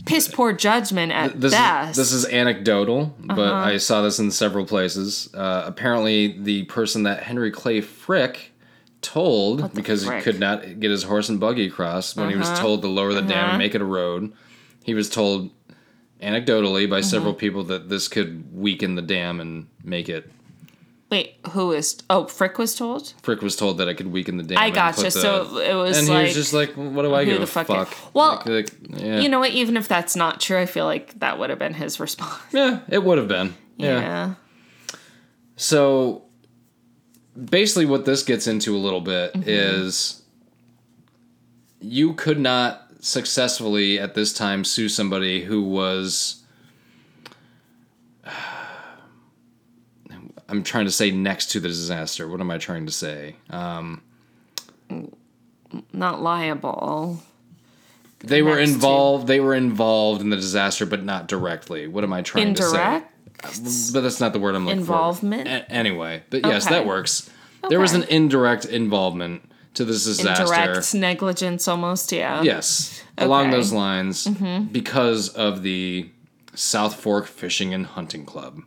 piss poor judgment at this best. is this is anecdotal, but Uh-huh. I saw this in several places. Uh, apparently, the person that Henry Clay Frick told because frick? Uh-huh. he could not get his horse and buggy across when he was told to lower the dam and make it a road, he was told anecdotally Uh-huh. by several people that this could weaken the dam and make it. Wait, who is? Oh, Frick was told. Frick was told that it could weaken the dam. I and gotcha. put the- so it was and like, he was just like, "What do I who give the a fuck fuck?" is- Well, Like, like, yeah, you know what? Even if that's not true, I feel like that would have been his response. yeah, it would have been. yeah. Yeah. So basically what this gets into a little bit Mm-hmm. is you could not successfully at this time sue somebody who was I'm trying to say next to the disaster. What am I trying to say? not liable. They were Next to- involved. They were involved in the disaster, but not directly. What am I trying to say? Indirect. but that's not the word I'm looking Involvement? for. Involvement. Anyway, but yes, Okay. that works. There was an Okay. indirect involvement to this disaster. Direct negligence almost, yeah. Yes, along Okay. Mm-hmm. those lines, because of the South Fork Fishing and Hunting Club,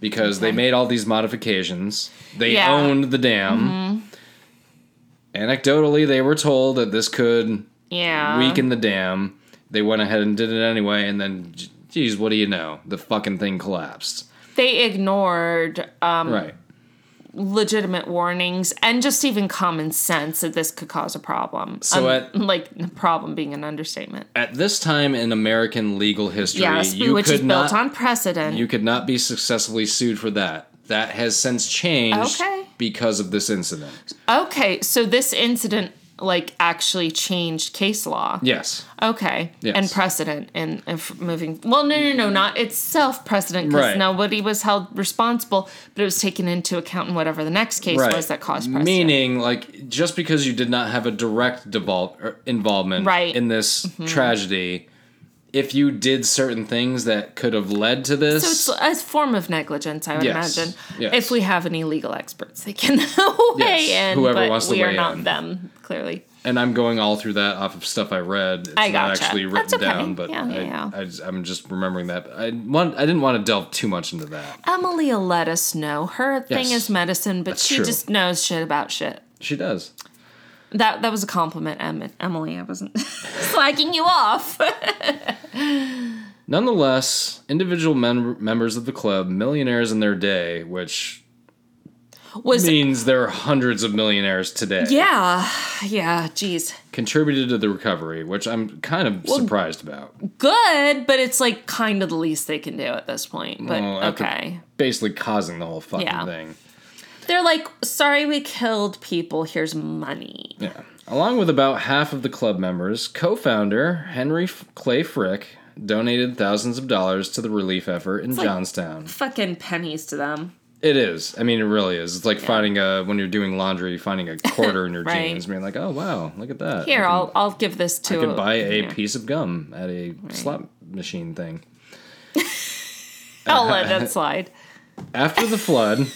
because they made all these modifications. They Yeah. Mm-hmm. owned the dam. Anecdotally, they were told that this could Yeah. weaken the dam. They went ahead and did it anyway, and then, j- geez, what do you know? The fucking thing collapsed. they ignored um, right. legitimate warnings and just even common sense that this could cause a problem. Um, So at- like the problem being an understatement. At this time in American legal history, Yes, you which could is built not on precedent. you could not be successfully sued for that. That has since changed Okay. because of this incident. okay, so this incident like actually changed case law. Yes. Okay. Yes. And precedent and if moving. Well, no, no, no, not itself precedent because Right. nobody was held responsible, but it was taken into account in whatever the next case Right. was that caused precedent. Meaning, like, just because you did not have a direct devol- er, involvement Right. Mm-hmm. in this tragedy, if you did certain things that could have led to this, So it's a form of negligence, I would Yes, imagine. yes. If we have any legal experts, they can weigh in. whoever but wants to we are weigh not in. them, clearly. and I'm going all through that off of stuff I read. It's I not gotcha. actually written That's okay. down, but Yeah, I, yeah, yeah. I just, I'm just remembering that. I want. I didn't want to delve too much into that. Emily will let us know. Her thing Yes. is medicine, but she true. just knows shit about shit. She does. That that was a compliment, em- Emily. I wasn't slacking you off. Nonetheless, individual mem- members of the club, millionaires in their day, which Was means there are hundreds of millionaires today, yeah, yeah. Geez, contributed to the recovery, which I'm kind of surprised about. good, but it's like kind of the least they can do at this point. But Well, at the- okay, Basically causing the whole fucking Yeah. thing. they're like, sorry, we killed people. Here's money. Yeah. Along with about half of the club members, co founder Henry F- Clay Frick donated thousands of dollars to the relief effort in like- Johnstown. Fucking pennies to them. It is. I mean, it really is. It's like finding a, when you're doing laundry, finding a quarter in your Right. jeans, being like, oh, wow, look at that. Here, I can- I'll I'll give this to. could buy a yeah. piece of gum at a slot machine thing. I'll let that slide. After the flood,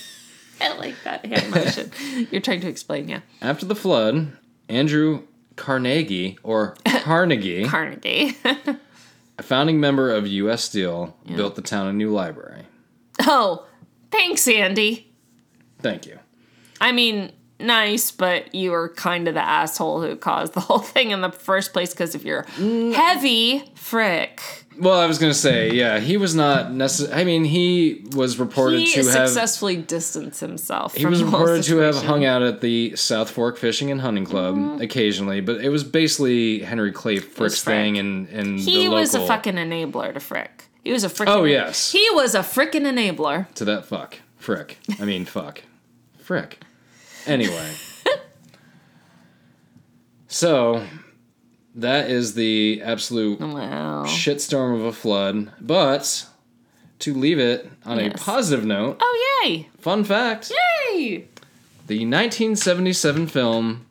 I like that hand motion. You're trying to explain, yeah. after the flood, Andrew Carnegie or Carnegie, Carnegie. a founding member of U.S. Steel, built the town a new library. oh, thanks, Andy. Thank you. I mean, nice, but you were kind of the asshole who caused the whole thing in the first place because of your Mm. heavy frick. Well, I was gonna say, yeah, he was not necessary. I mean, he was reported He to have successfully distanced himself. he was reported to have hung out at the South Fork Fishing and Hunting Club Mm-hmm. occasionally, but it was basically Henry Clay Frick's Frick. thing, and and He the was a local- fucking enabler to frick. He was a frickin' Oh, yes. He was a frickin' enabler. to that fuck frick. I mean fuck frick. Anyway, so that is the absolute Wow. shitstorm of a flood. But to leave it on a Yes. positive note, Oh yay! fun fact: Yay! the 1977 film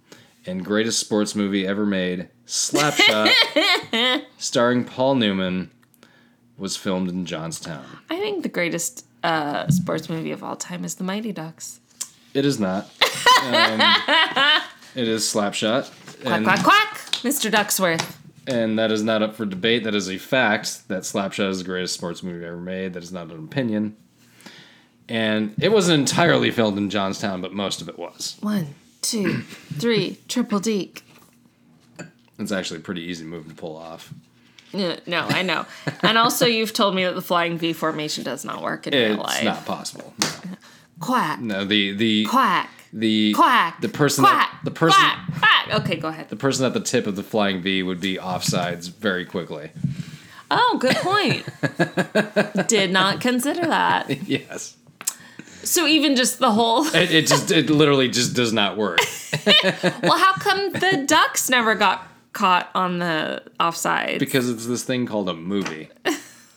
and greatest sports movie ever made, Slapshot, starring Paul Newman, was filmed in Johnstown. I think the greatest uh, sports movie of all time is The Mighty Ducks. It is not. Um, it is Slapshot. Quack, And, quack, quack! Mr. Ducksworth. and that is not up for debate. That is a fact that Slapshot is the greatest sports movie ever made. That is not an opinion. And it wasn't entirely filmed in Johnstown, but most of it was. One, two, three, triple deek. It's actually a pretty easy move to pull off. Uh, No, I know. And also, you've told me that the flying V formation does not work in real It's life. not possible. Quack, No, the the quack, the quack. the person quack, that, the person quack, quack. Okay, go ahead. the person at the tip of the flying V would be offsides very quickly. Oh, good point. Did not consider that. Yes, So even just the whole. it, it just it literally just does not work. Well, how come the ducks never got caught on the offside? because it's this thing called a movie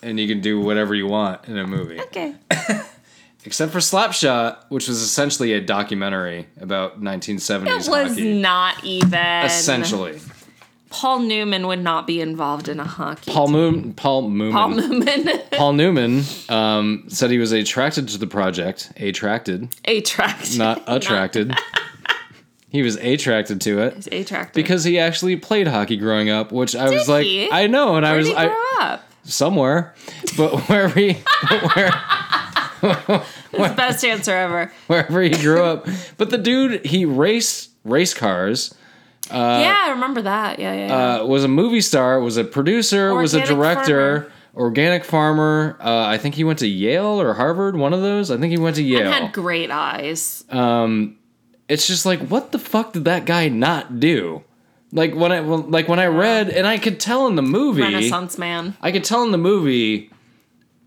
and you can do whatever you want in a movie okay. except for slapshot which was essentially a documentary about 1970s It was hockey not even. essentially Paul Newman would not be involved in a hockey. Paul Moon, Paul Moomin, Paul Paul, Newman, Newman um, said he was attracted to the project. Attracted, attracted, not attracted. he was attracted to it attracted because he actually played hockey growing up, which I was like, he? I know, and I Where was did he I, grow up? somewhere, but where we. His best answer ever. wherever he grew up. But the dude, he raced race cars, yeah, I remember that. Yeah, yeah. yeah. uh, was a movie star, was a producer, was a Organic director, organic farmer. Uh, I think he went to Yale or Harvard, one of those. I think he went to Yale. had great eyes. it's just like, what the fuck did that guy not do? Like when I well, like when I read, and I could tell in the movie, Renaissance man. I could tell in the movie.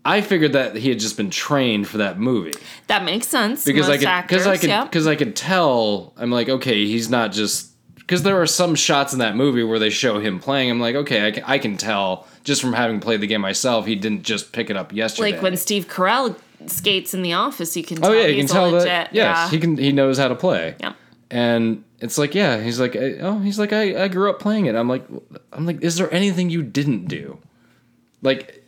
I figured that he had just been trained for that movie. That makes sense. because Most I could because I actors, could yep. because I could tell I'm like okay he's not just because there are some shots in that movie where they show him playing I'm like okay I can, I can tell just from having played the game myself he didn't just pick it up yesterday like when Steve Carell skates in the office, you can tell oh yeah you can he's a tell legit. that yes yeah. he can he knows how to play yeah. and it's like yeah he's like I- oh he's like I, I grew up playing it I'm like I'm like is there anything you didn't do like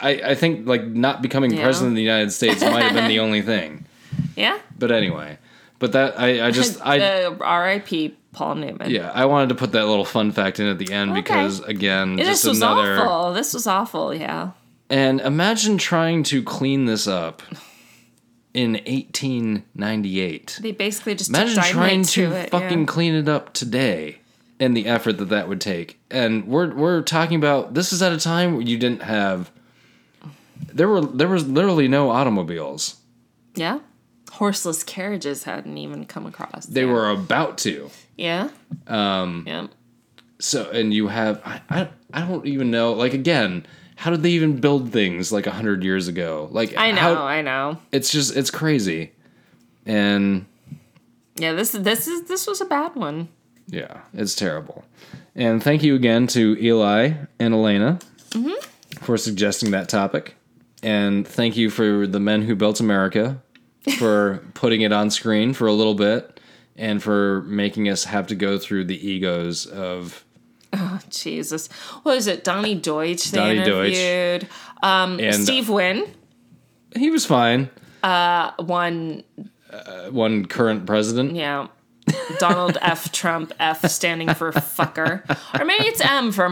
I I think like not becoming Yeah. president of the United States might have been the only thing Yeah. Uh, but anyway but that I I just I the R.I.P. Paul Newman. Yeah, I wanted to put that little fun fact in at the end because again, This just was another awful. This was awful. Yeah. And imagine trying to clean this up in 1898. They basically just Imagine took trying dynamite to, to, it. fucking yeah. clean it up today and the effort that that would take. And we're we're talking about this is at a time where you didn't have there were there was literally no automobiles. Yeah. Horseless carriages hadn't even come across. They were about to. Yeah. Um. Yeah. so and you have I, I I don't even know like again how did they even build things like 100 years ago like I know. how, I know. it's just it's crazy and Yeah. This. This is. This was a bad one. yeah it's terrible and thank you again to Eli and Elena Mm-hmm. for suggesting that topic and thank you for the men who built America for putting it on screen for a little bit and for making us have to go through the egos of Jesus. What is it? Donnie Deutsch. They Donnie Deutsch. interviewed. Um, And- uh, Steve Wynn he was fine won. one current president Yeah. Donald F. Trump. F standing for fucker. Or maybe it's M for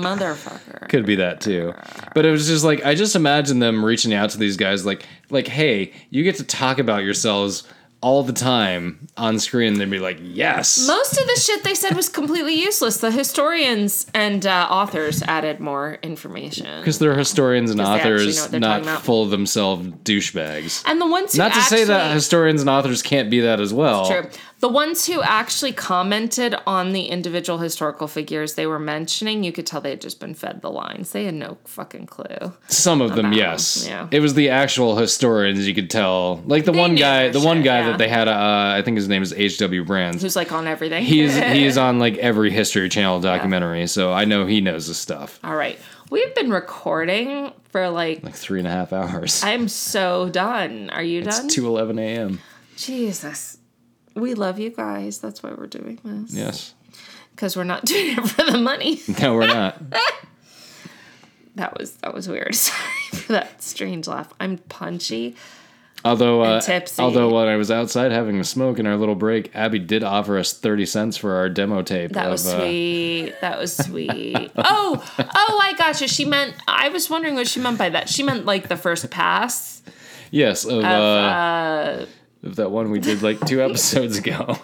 motherfucker. Could be that too. But it was just like I just imagine them reaching out to these guys like like hey, you get to talk about yourselves all the time on screen and they'd be like, "Yes." Most of the shit they said was completely useless. The historians and uh, authors added more information. Because they're historians and they actually know authors, what they're not talking about. full of themselves douchebags. And the ones who Not to say that actually- historians and authors can't be that as well. True. The ones who actually commented on the individual historical figures they were mentioning, you could tell they had just been fed the lines. They had no fucking clue. Some of them, About, yes. yeah. It was the actual historians you could tell. Like the one knew guy, their the one shit, guy yeah. that they had. Uh, I think his name is H.W. Brands. Who's like on everything. He's he is on like every History Channel documentary, so I know he knows his stuff. All right. We've been recording for like, like three and a half hours. I'm so done. Are you It's done? two eleven a.m. Jesus. We love you guys. That's why we're doing this. Yes. Because we're not doing it for the money. No, we're not. That was that was weird. Sorry for that strange laugh. I'm punchy. Although, uh, tipsy. although when I was outside having a smoke in our little break, Abby did offer us thirty cents for our demo tape. That of, was uh, sweet. That was sweet. Oh, oh, I gotcha. She meant. I was wondering what she meant by that. She meant like the first pass. yes, of, Of, uh, uh, of that one we did like two episodes ago.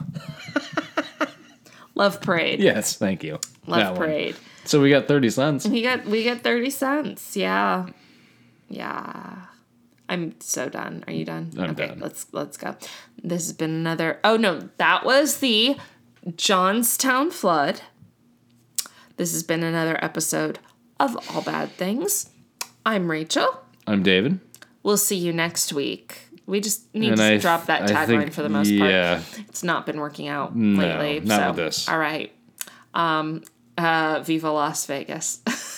Love Parade. yes, thank you. Love one. Parade. So we got thirty cents. We got we got thirty cents. Yeah, yeah. I'm so done. Are you done? I'm okay, done. let's let's go. This has been another. Oh no, that was the Johnstown flood. This has been another episode of All Bad Things. I'm Rachel. I'm David. We'll see you next week. We just need And to I th- drop that I tagline think- for the most yeah. part. It's not been working out lately. not so. with this. All right. Um, uh, Viva Las Vegas.